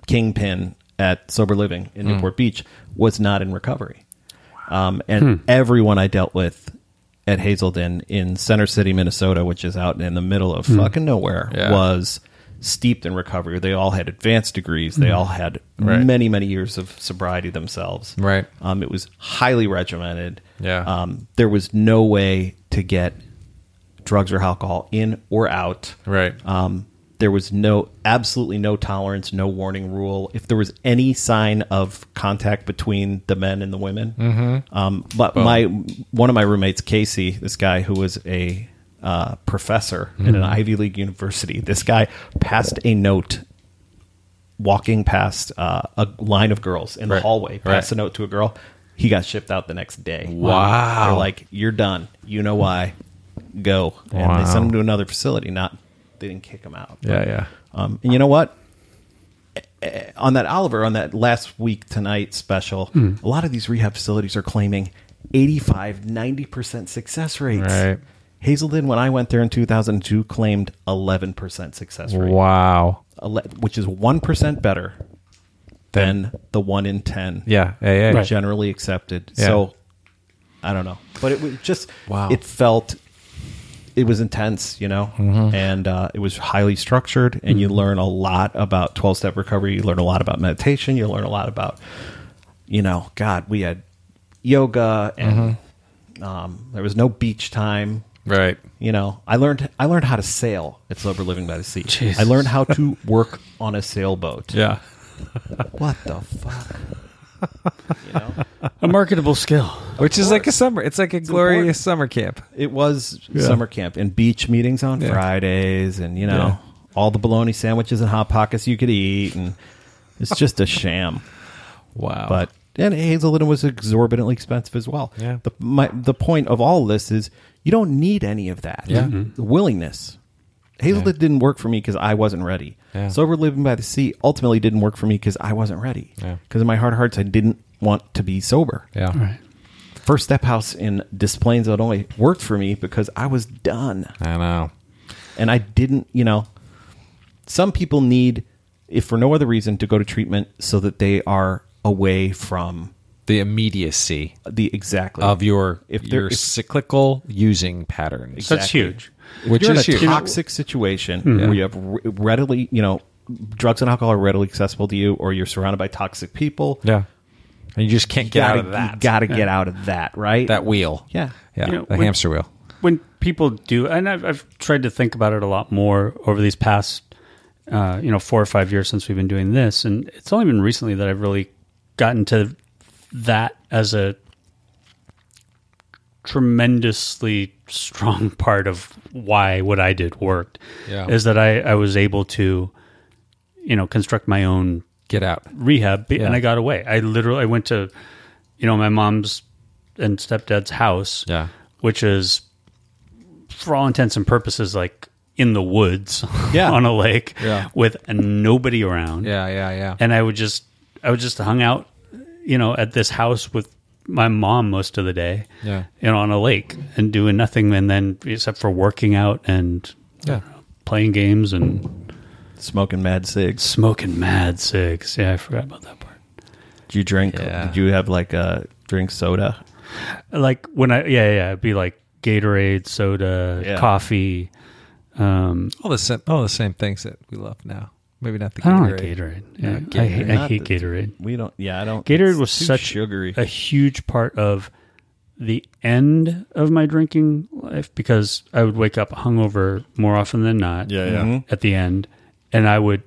kingpin at sober living in
Hmm.
Newport Beach, was not in recovery. Um, and
Hmm.
everyone I dealt with at Hazelden in Center City, Minnesota, which is out in the middle of fucking nowhere,
Hmm. Yeah.
was steeped in recovery. They all had advanced degrees. They all had
Hmm. Right.
many, many years of sobriety themselves.
Right.
Um, it was highly regimented.
Yeah.
Um, there was no way to get drugs or alcohol in or out.
Right.
Um, there was no, absolutely no tolerance, no warning rule. If there was any sign of contact between the men and the women,
Mm-hmm.
um, but my one of my roommates, Casey, this guy who was a uh, professor at
Mm-hmm.
an Ivy League university, this guy passed a note walking past uh, a line of girls in the
Right.
hallway, passed
Right.
a note to a girl. He got shipped out the next day.
Wow.
They're like, you're done. You know why. Go. And
Wow.
they sent him to another facility. Not, they didn't kick him out.
Yeah, yeah.
Um, and you know what? Eh, eh, On that Oliver, on that last week tonight special,
Hmm.
a lot of these rehab facilities are claiming 85, 90% success rates.
Right.
Hazelden, when I went there in 2002, claimed 11% success rate
Wow.
ele- which is 1% better than the 1 in 10
Yeah. AA.
Right.
generally accepted.
Yeah.
So I don't know. But it was just,
Wow.
it felt, it was intense, you know?
Mm-hmm.
And uh, it was highly structured. And you learn a lot about 12 step recovery. You learn a lot about meditation. You learn a lot about, you know, God, we had yoga and
Mm-hmm.
um, there was no beach time.
Right.
You know, I learned I learned how to sail at Sober Living by the Sea. I learned how to work on a sailboat.
Yeah.
What the fuck? you know,
a marketable skill.
Which is like a summer. It's like a glorious summer camp.
it was summer camp and beach meetings on Fridays, and you know, all the bologna sandwiches and hot pockets you could eat, and it's just a sham.
Wow.
But and Hazelden was exorbitantly expensive as well.
Yeah.
The my, the point of all this is you don't need any of that.
Yeah.
The willingness. Hazelden didn't work for me because I wasn't ready.
Yeah.
Sober living by the sea ultimately didn't work for me because I wasn't ready.
Yeah.
Because in my heart of hearts, I didn't want to be sober.
yeah.
Right.
First Step House in Des Plaines, Illinois, worked for me because I was done
I know.
and I didn't, you know, some people need, if for no other reason, to go to treatment so that they are away from
The immediacy
the exactly
of your
If there-
your
if-
cyclical using patterns.
So that's huge.
If
Which
you're
is
in a
huge.
toxic situation
Mm-hmm.
where you have re- readily, you know, drugs and alcohol are readily accessible to you, or you're surrounded by toxic people.
yeah. And you just can't
you
get
gotta,
out of that.
You got to get out of that, right?
that wheel.
Yeah.
Yeah.
You know,
the
when-
hamster wheel.
When people do, and I've, I've tried to think about it a lot more over these past, uh, you know, four or five years since we've been doing this, and it's only been recently that I've really gotten to that as a tremendously strong part of why what I did worked.
Yeah.
Is that I, I was able to, you know, construct my own
Get out.
rehab be-
Yeah.
and I got away. I literally I went to you know my mom's and stepdad's house,
Yeah.
which is for all intents and purposes like in the woods
Yeah.
on a lake
Yeah.
with nobody around.
Yeah, yeah, yeah.
And I would just I would just hung out, you know, at this house with my mom most of the day.
Yeah.
You know, on a lake and doing nothing and then except for working out and
yeah.
playing games and
Smoking mad cigs.
smoking mad cigs. Yeah, I forgot about that part.
Did you drink?
Yeah.
Did you have like a drink soda?
like when I yeah yeah it'd be like Gatorade, soda,
Yeah.
coffee. Um,
All the same all the same things that we love now. Maybe not the
I don't
Gatorade.
like Gatorade. Yeah,
Not
I, hate, I
Not
hate
the-
Gatorade.
We don't. Yeah, I don't.
Gatorade
it's
was
too
such
sugary.
a huge part of the end of my drinking life because I would wake up hungover more often than not.
Yeah, yeah.
At the end, and I would.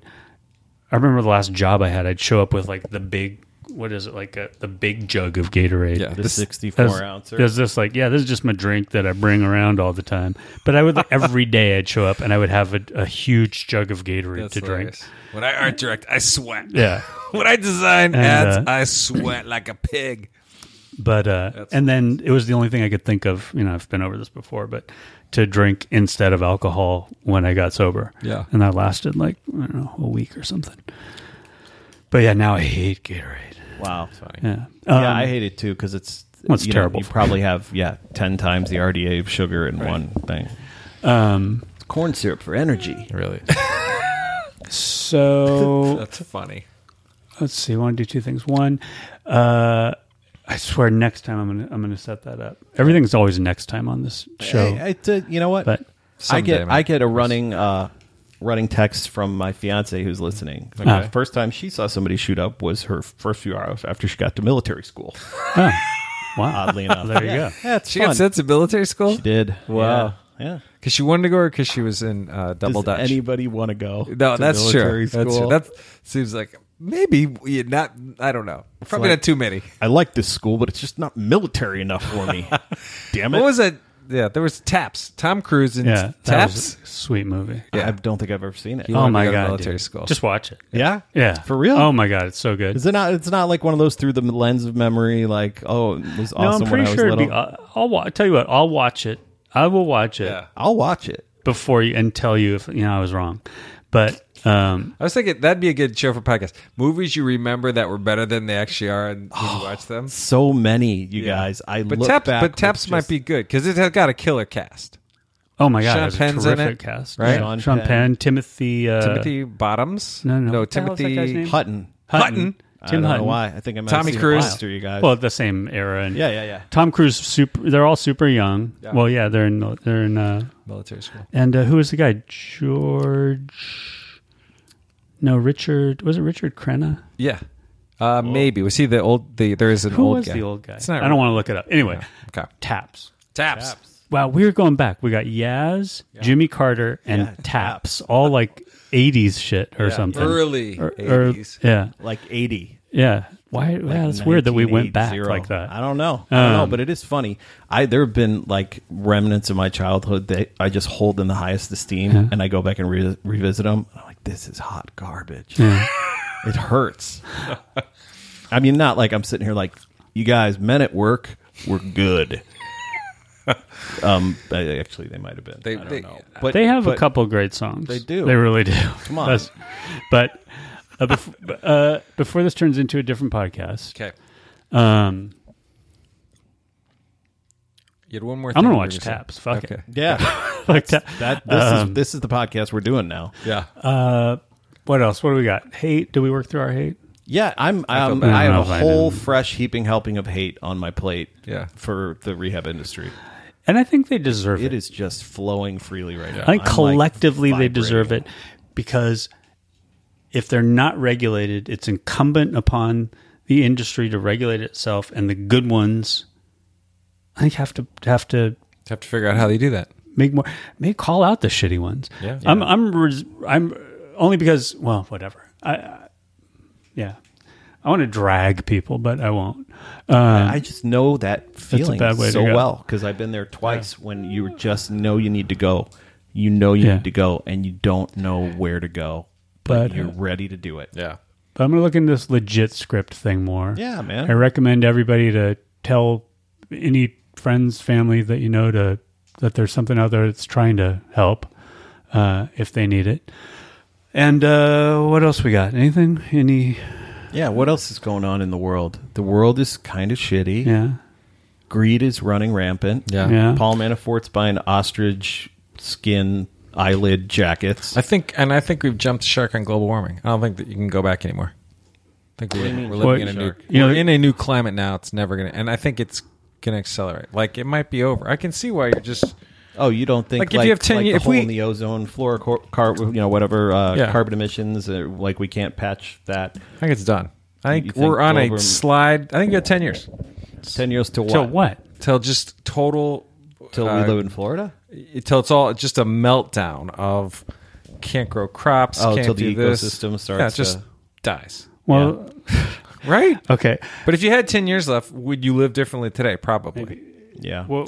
I remember the last job I had. I'd show up with like the big what is it like a, the big jug of Gatorade?
Yeah.
The
This-
64
There's,
ouncer.
there's this like yeah, this is just my drink that I bring around all the time. But I would like, every day I'd show up and I would have a, a huge jug of Gatorade to drink.
hilarious. When I art direct, I sweat.
Yeah,
When I design ads,
And, uh,
I sweat like a pig.
but uh, and then it was the only thing I could think of. You know, I've been over this before, but to drink instead of alcohol when I got sober.
Yeah.
and that lasted like I don't know a week or something. But yeah, now I hate Gatorade.
Wow.
Yeah,
yeah,
Um,
I hate it too because it's
Well, it's
you know,
terrible.
you probably have yeah ten times the RDA of sugar in one thing.
Um,
It's corn syrup for energy.
Really?
so
That's funny.
let's see. I want to do two things. One, uh, I swear next time I'm gonna I'm gonna set that up. Everything's always next time on this show.
I, I did- you know what?
But
I
someday,
get
man.
I get a running uh, running text from my fiance who's listening.
Ah.
The first time she saw somebody shoot up was her first few hours after she got to military school.
Oh, wow,
Oddly enough,
there you go.
that's
She
fun.
got sent to military school
did
Wow.
yeah. yeah.
because she wanted to go, or because she was in uh, double
Does
Dutch.
anybody want to go?
no,
to
that's true.
military
that's true.
school?
That seems like maybe we not. I don't know. Probably
like-
not too many.
I like this school, but it's just not military enough for me. Damn it!
What was it? Yeah, there was Taps. Tom Cruise in
Yeah, that
Taps.
was a sweet movie.
I don't think I've ever seen it.
Oh
wanted to
my
go to
god,
military
dude.
school.
Just watch it.
Yeah,
Yeah,
for real.
Oh my god, it's so good.
Is it not? It's not like one of those through the lens of memory. Like, oh, it was
no, I'm
awesome when I
pretty
was
sure it'd
little.
be. I- I'll, wa- tell you what. I'll watch it. I will watch it
Yeah.
I'll watch it.
before you and tell you if you know I was wrong. But um,
I was thinking that'd be a good show for podcast. Movies you remember that were better than they actually are, and when you
Oh,
watch them.
So many, you guys. I
But
look
Taps,
back
but
with
Taps
just-
might be good because it has got a killer cast.
oh my god,
Sean
it was a
Penn's in
terrific
it,
cast.
right?
Sean,
Sean
Sean Penn,
Penn.
Timothy, uh,
Timothy Bottoms.
no, no.
no
What the hell is that guy's
Timothy.
name?
Hutton.
Hutton.
I
Tim
don't
Hutton.
know why. I think I might
Tommy
have seen
Cruise.
It you guys.
Well, the same era. And
yeah, yeah, yeah.
Tom Cruise, super. They're all super young. Well, yeah, they're in. the- They're in. Uh,
Military school.
and uh, who was the guy? George. No, Richard. Was it Richard Crenna?
Yeah. Uh, maybe was he the old? The there is an
Who
old
was
guy.
the old guy?
It's not
I don't want to look it up. Anyway,
Okay.
Taps.
Taps.
Wow, we were going back. We got Yaz, Jimmy Carter, and Taps, all like '80s shit or something.
Early
Or- or-
eighties.
yeah,
Like eighty.
yeah. Why? wow, it's weird that we went back
1980.
like that.
I don't know. I
Um,
don't know, but it is funny. I there have been like remnants of my childhood that I just hold in the highest esteem, and I go back and re- revisit them. I'm like, this is hot garbage. it hurts. I mean, not like I'm sitting here like you guys, men at work, were good. um, but actually, they might have been.
They-
I don't
they-
know. But
They have a
but
couple great songs.
They do.
They really do.
Come on.
That's- but uh, bef- uh, before this turns into a different podcast,
Okay.
um,
You had one more. Thing
I'm gonna
you
watch
were saying.
Taps. Fuck
Okay.
it.
Yeah,
Like ta-
that this
Um,
is this is the podcast we're doing now.
Yeah.
What else? What do we got? Hate? Do we work through our hate?
Yeah, I'm. I, um,
bad.
I
I don't
have
know
a
if I
whole
didn't.
fresh heaping helping of hate on my plate.
Yeah.
for the rehab industry,
And I think they deserve it.
it is just flowing freely right now.
I think
I'm, like,
collectively they
vibrating.
deserve it because if they're not regulated, it's incumbent upon the industry to regulate itself, and the good ones, I think, have to have to
have to figure out how they do that.
make more, maybe call out the shitty ones.
Yeah.
I'm, I'm, res- I'm only because, well, whatever. I, I yeah, I want to drag people, but I won't.
I just know that feeling
bad way to
so
go.
well because I've been there twice when you just know you need to go, you know you
Yeah.
need to go, and you don't know where to go, but,
But-
you're ready to do it.
Yeah.
But I'm gonna look into this legit script thing more.
Yeah, man.
I recommend everybody to tell any friends, family that you know to that there's something out there that's trying to help uh, if they need it. And uh, what else we got? Anything? Any?
Yeah. What else is going on in the world? The world is kind of shitty.
Yeah.
Greed is running rampant.
Yeah.
Yeah.
Paul Manafort's buying ostrich skin eyelid jackets.
I think, and I think we've jumped the shark on global warming. I don't think that you can go back anymore. I think we're, we're living
Well,
in a new,
shark? You know-
we're in a new climate now. It's never gonna, and I think it's gonna accelerate. Like it might be over. I can see why you're just.
Oh, you don't think
Like,
like
if you have 10
like
year-
the
if
hole
we-
in the ozone floor, cor- car, you know, whatever uh,
Yeah.
carbon emissions, uh, like we can't patch that.
I think it's done. I
You
think
think
we're on a
global-
slide. I think you got ten years
Ten years to
So
what?
what?
till just total
Till
uh,
we live in Florida?
till it's all just a meltdown of can't grow crops.
Oh,
can't
till
do
the
this.
ecosystem
Yeah, it
starts
just
to-
dies.
Well,
right?
Okay.
But if you had 10 years left, would you live differently today? Probably.
Yeah.
Well,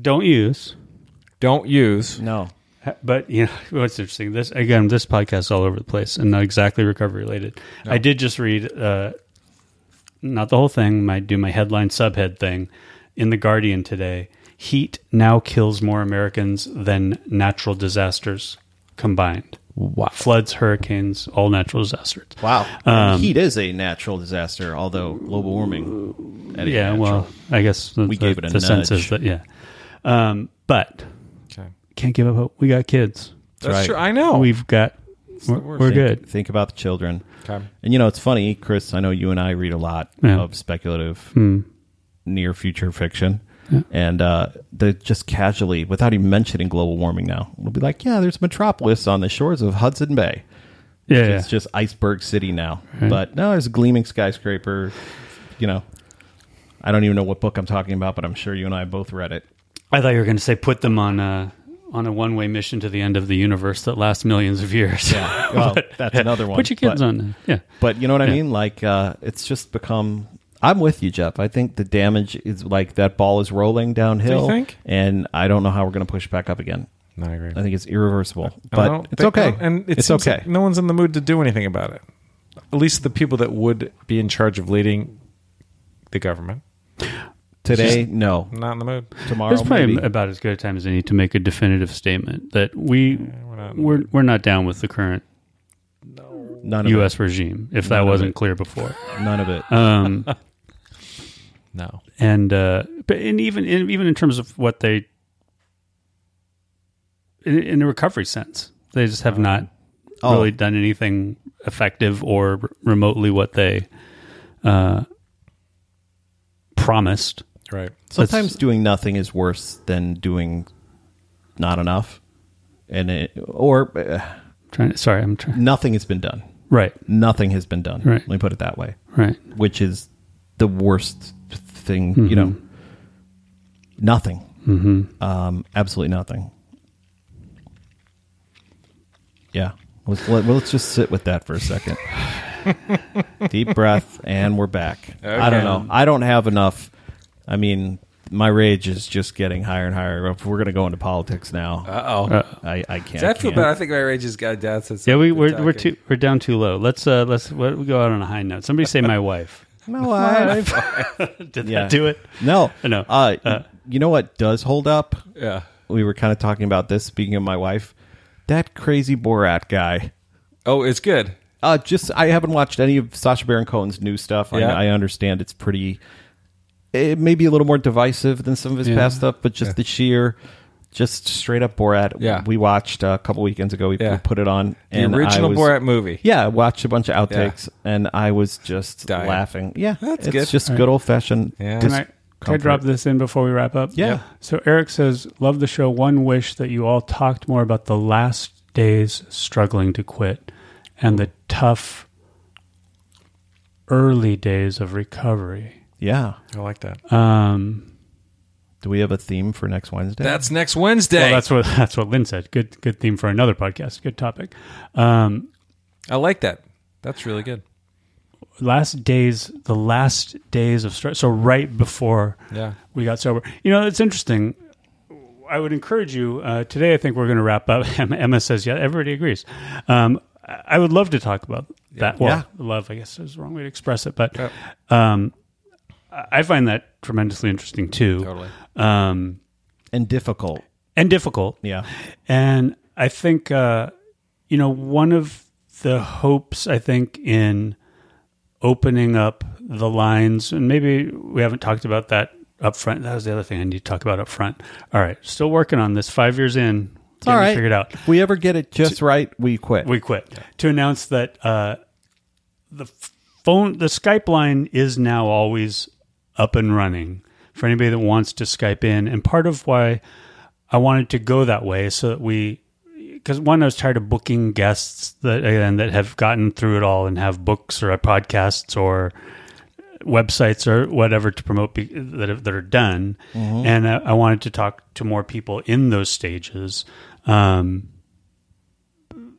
don't use.
Don't use.
no.
But you know what's interesting. This again, this podcast is all over the place and not exactly recovery related. I did just read, uh, not the whole thing. Might do my headline subhead thing in the Guardian today. Heat now kills more Americans than natural disasters combined.
Wow.
Floods, hurricanes, all natural disasters.
Wow.
um,
Heat is a natural disaster, although global warming. at a
Yeah,
natural-
well, I guess the,
We
the-
gave it a
the sense
nudge.
is that yeah. Um, but
Okay.
can't give up hope. We got kids.
That's
right.
true. I know.
We've got. We're,
worst.
we're
think,
good.
Think about the children.
Okay.
And you know, it's funny, Chris. I know you and I read a lot
Yeah. Hmm.
of speculative near future fiction. And uh, they just casually, without even mentioning global warming now, we'll be like, yeah, there's Metropolis on the shores of Hudson Bay.
Yeah, yeah.
It's just Iceberg City now. But no, there's a gleaming skyscraper. You know, I don't even know what book I'm talking about, but I'm sure you and I both read it.
I thought you were going to say put them on a on a one way mission to the end of the universe that lasts millions of years. Yeah,
Well, that's another one.
put your kids
But-
on. that. Yeah,
But you know what I mean? Like, uh, it's just become. I'm with you, Jeff. I think the damage is like that ball is rolling downhill.
think?
And I don't know how we're going to push back up again.
No, I agree.
I think it's irreversible,
I
but
don't
it's
think-
okay.
And it
it's
seems
okay.
like no one's in the mood to do anything about it. At least the people that would be in charge of leading the government.
Today, no.
Not in the mood.
Tomorrow,
it's probably
maybe.
about as good a time as any to make a definitive statement that we we're
not-
not, we're, not down with the current
none of Uh,
U.S. regime. If that wasn't clear before,
it. None of it.
um,
No.
and uh, but and even in, even in terms of what they in, in the recovery sense, they just have not
Oh.
really done anything effective or r- remotely what they uh, promised.
Right.
Sometimes doing nothing is worse than doing not enough, and it, or uh,
Trying, sorry, I'm trying.
nothing has been done.
Right,
Nothing has been done.
Right.
Let me put it that way.
right.
which is the worst thing, you know.
Mm-hmm.
Nothing. Um, absolutely nothing. Yeah. Let's, let, well, let's just sit with that for a second. Deep breath, and we're back. I don't know. I don't have enough. I mean, my rage is just getting higher and higher. If we're going to go into politics now,
Uh-oh.
I, I can't.
I feel
can't.
bad. I think my rage has got down since.
Yeah,
I've
we
been
we're, we're
talking.
too we're down too low. Let's uh let's what, we go out on a high note. Somebody say my wife.
My wife.
Did
Yeah.
that do it?
No.
I know.
Uh, you know what does hold up?
Yeah.
we were kind of talking about this. Speaking of my wife, that crazy Borat guy.
Oh, it's good.
Uh, just I haven't watched any of Sacha Baron Cohen's new stuff.
Yeah.
I, I understand it's pretty, it may be a little more divisive than some of his
Yeah.
past stuff, but just the sheer, just straight up Borat.
Yeah.
we watched uh, a couple weekends ago. We, we
Yeah.
put it on
The
I
original
was-
Borat movie.
Yeah, I watched a bunch of outtakes, and I was just
Dying.
laughing. Yeah,
That's
it's
good.
just good old fashioned.
Yeah.
Can I, can I
Comfort.
drop this in before we wrap up?
Yeah. Yep.
So Eric says, Love the show. One wish that you all talked more about the last days struggling to quit and the tough early days of recovery.
Yeah.
I like that.
Um,
Do we have a theme for next Wednesday?
That's next Wednesday.
well, that's what that's what Lynn said. Good good theme for another podcast. Good topic. Um,
I like that. That's really good.
last days, the last days of str- so right before
Yeah.
we got sober. You know, it's interesting. I would encourage you uh, today. I think we're going to wrap up. Emma says, "Yeah, everybody agrees." Um, I I would love to talk about that. Well, love, I guess, is the wrong way to express it, but
Yep.
um, I I find that tremendously interesting too,
Totally.
um,
and difficult.
and difficult.
Yeah.
And I think, uh, you know, one of the hopes, I think, in opening up the lines, and maybe we haven't talked about that up front. That was the other thing I need to talk about up front. All right. Still working on this. Five years in.
All
getting
right.
it Figured out.
If we ever get it just right, we quit.
We quit. To announce that uh, the f- phone, the Skype line is now always up and running for anybody that wants to Skype in. And part of why I wanted to go that way so that we, because one, I was tired of booking guests that again that have gotten through it all and have books or podcasts or websites or whatever to promote be, that have, that are done, and I, I wanted to talk to more people in those stages um,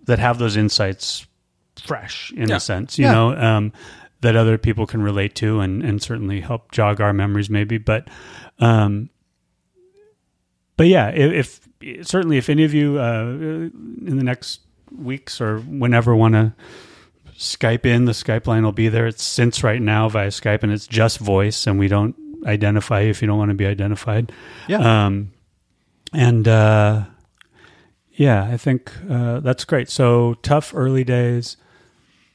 that have those insights fresh in
Yeah.
a sense, you
Yeah.
know. Um,
that other people can relate to and, and certainly help jog our memories maybe but um, but yeah if, if certainly if any of you uh, in the next weeks or whenever want to skype in the skype line will be there it's since right now via skype and it's just voice and we don't identify you if you don't want to be identified
Yeah.
um, and uh, yeah i think uh, that's great so tough early days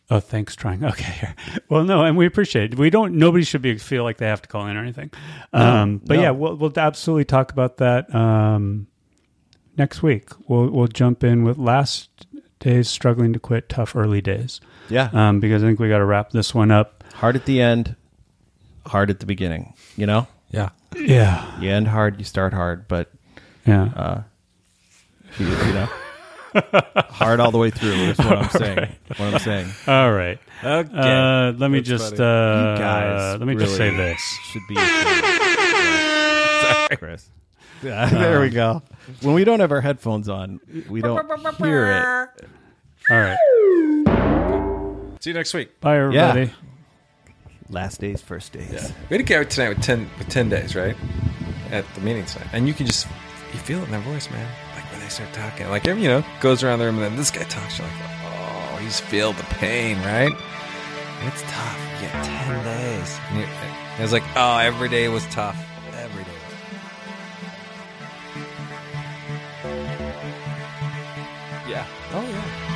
Oh, thanks, trying. Okay. Well, no, and we appreciate it. We don't. Nobody should be feel like they have to call in or anything. Um, but
no.
yeah, we'll we'll absolutely talk about that um, next week. We'll we'll jump in with last days struggling to quit, tough early days,
yeah.
um, because I think we got to wrap this one up.
hard at the end, hard at the beginning. You know,
Yeah.
Yeah,
you end hard, you start hard, but
yeah.
Uh, you, you know, hard all the way through is what I'm saying. What I'm saying
All right.
Okay.
Uh, let me
That's
just uh,
funny.
guys
let me just
really-
say this.
should be. Chris. Yeah, there we go. When we don't have our headphones on, we don't hear it.
All right.
See you next week.
Bye, everybody.
Last days, first days.
We had to go out tonight with ten with ten days, right? At the meeting tonight, and you can just you feel it in their voice, man. Like when they start talking, like every you know goes around the room, and then this guy talks. You're like, oh, he's feel the pain, right? And it's tough. You get ten days. And, you and it was like, oh, every day was tough. Every day. was tough. Yeah. Oh yeah.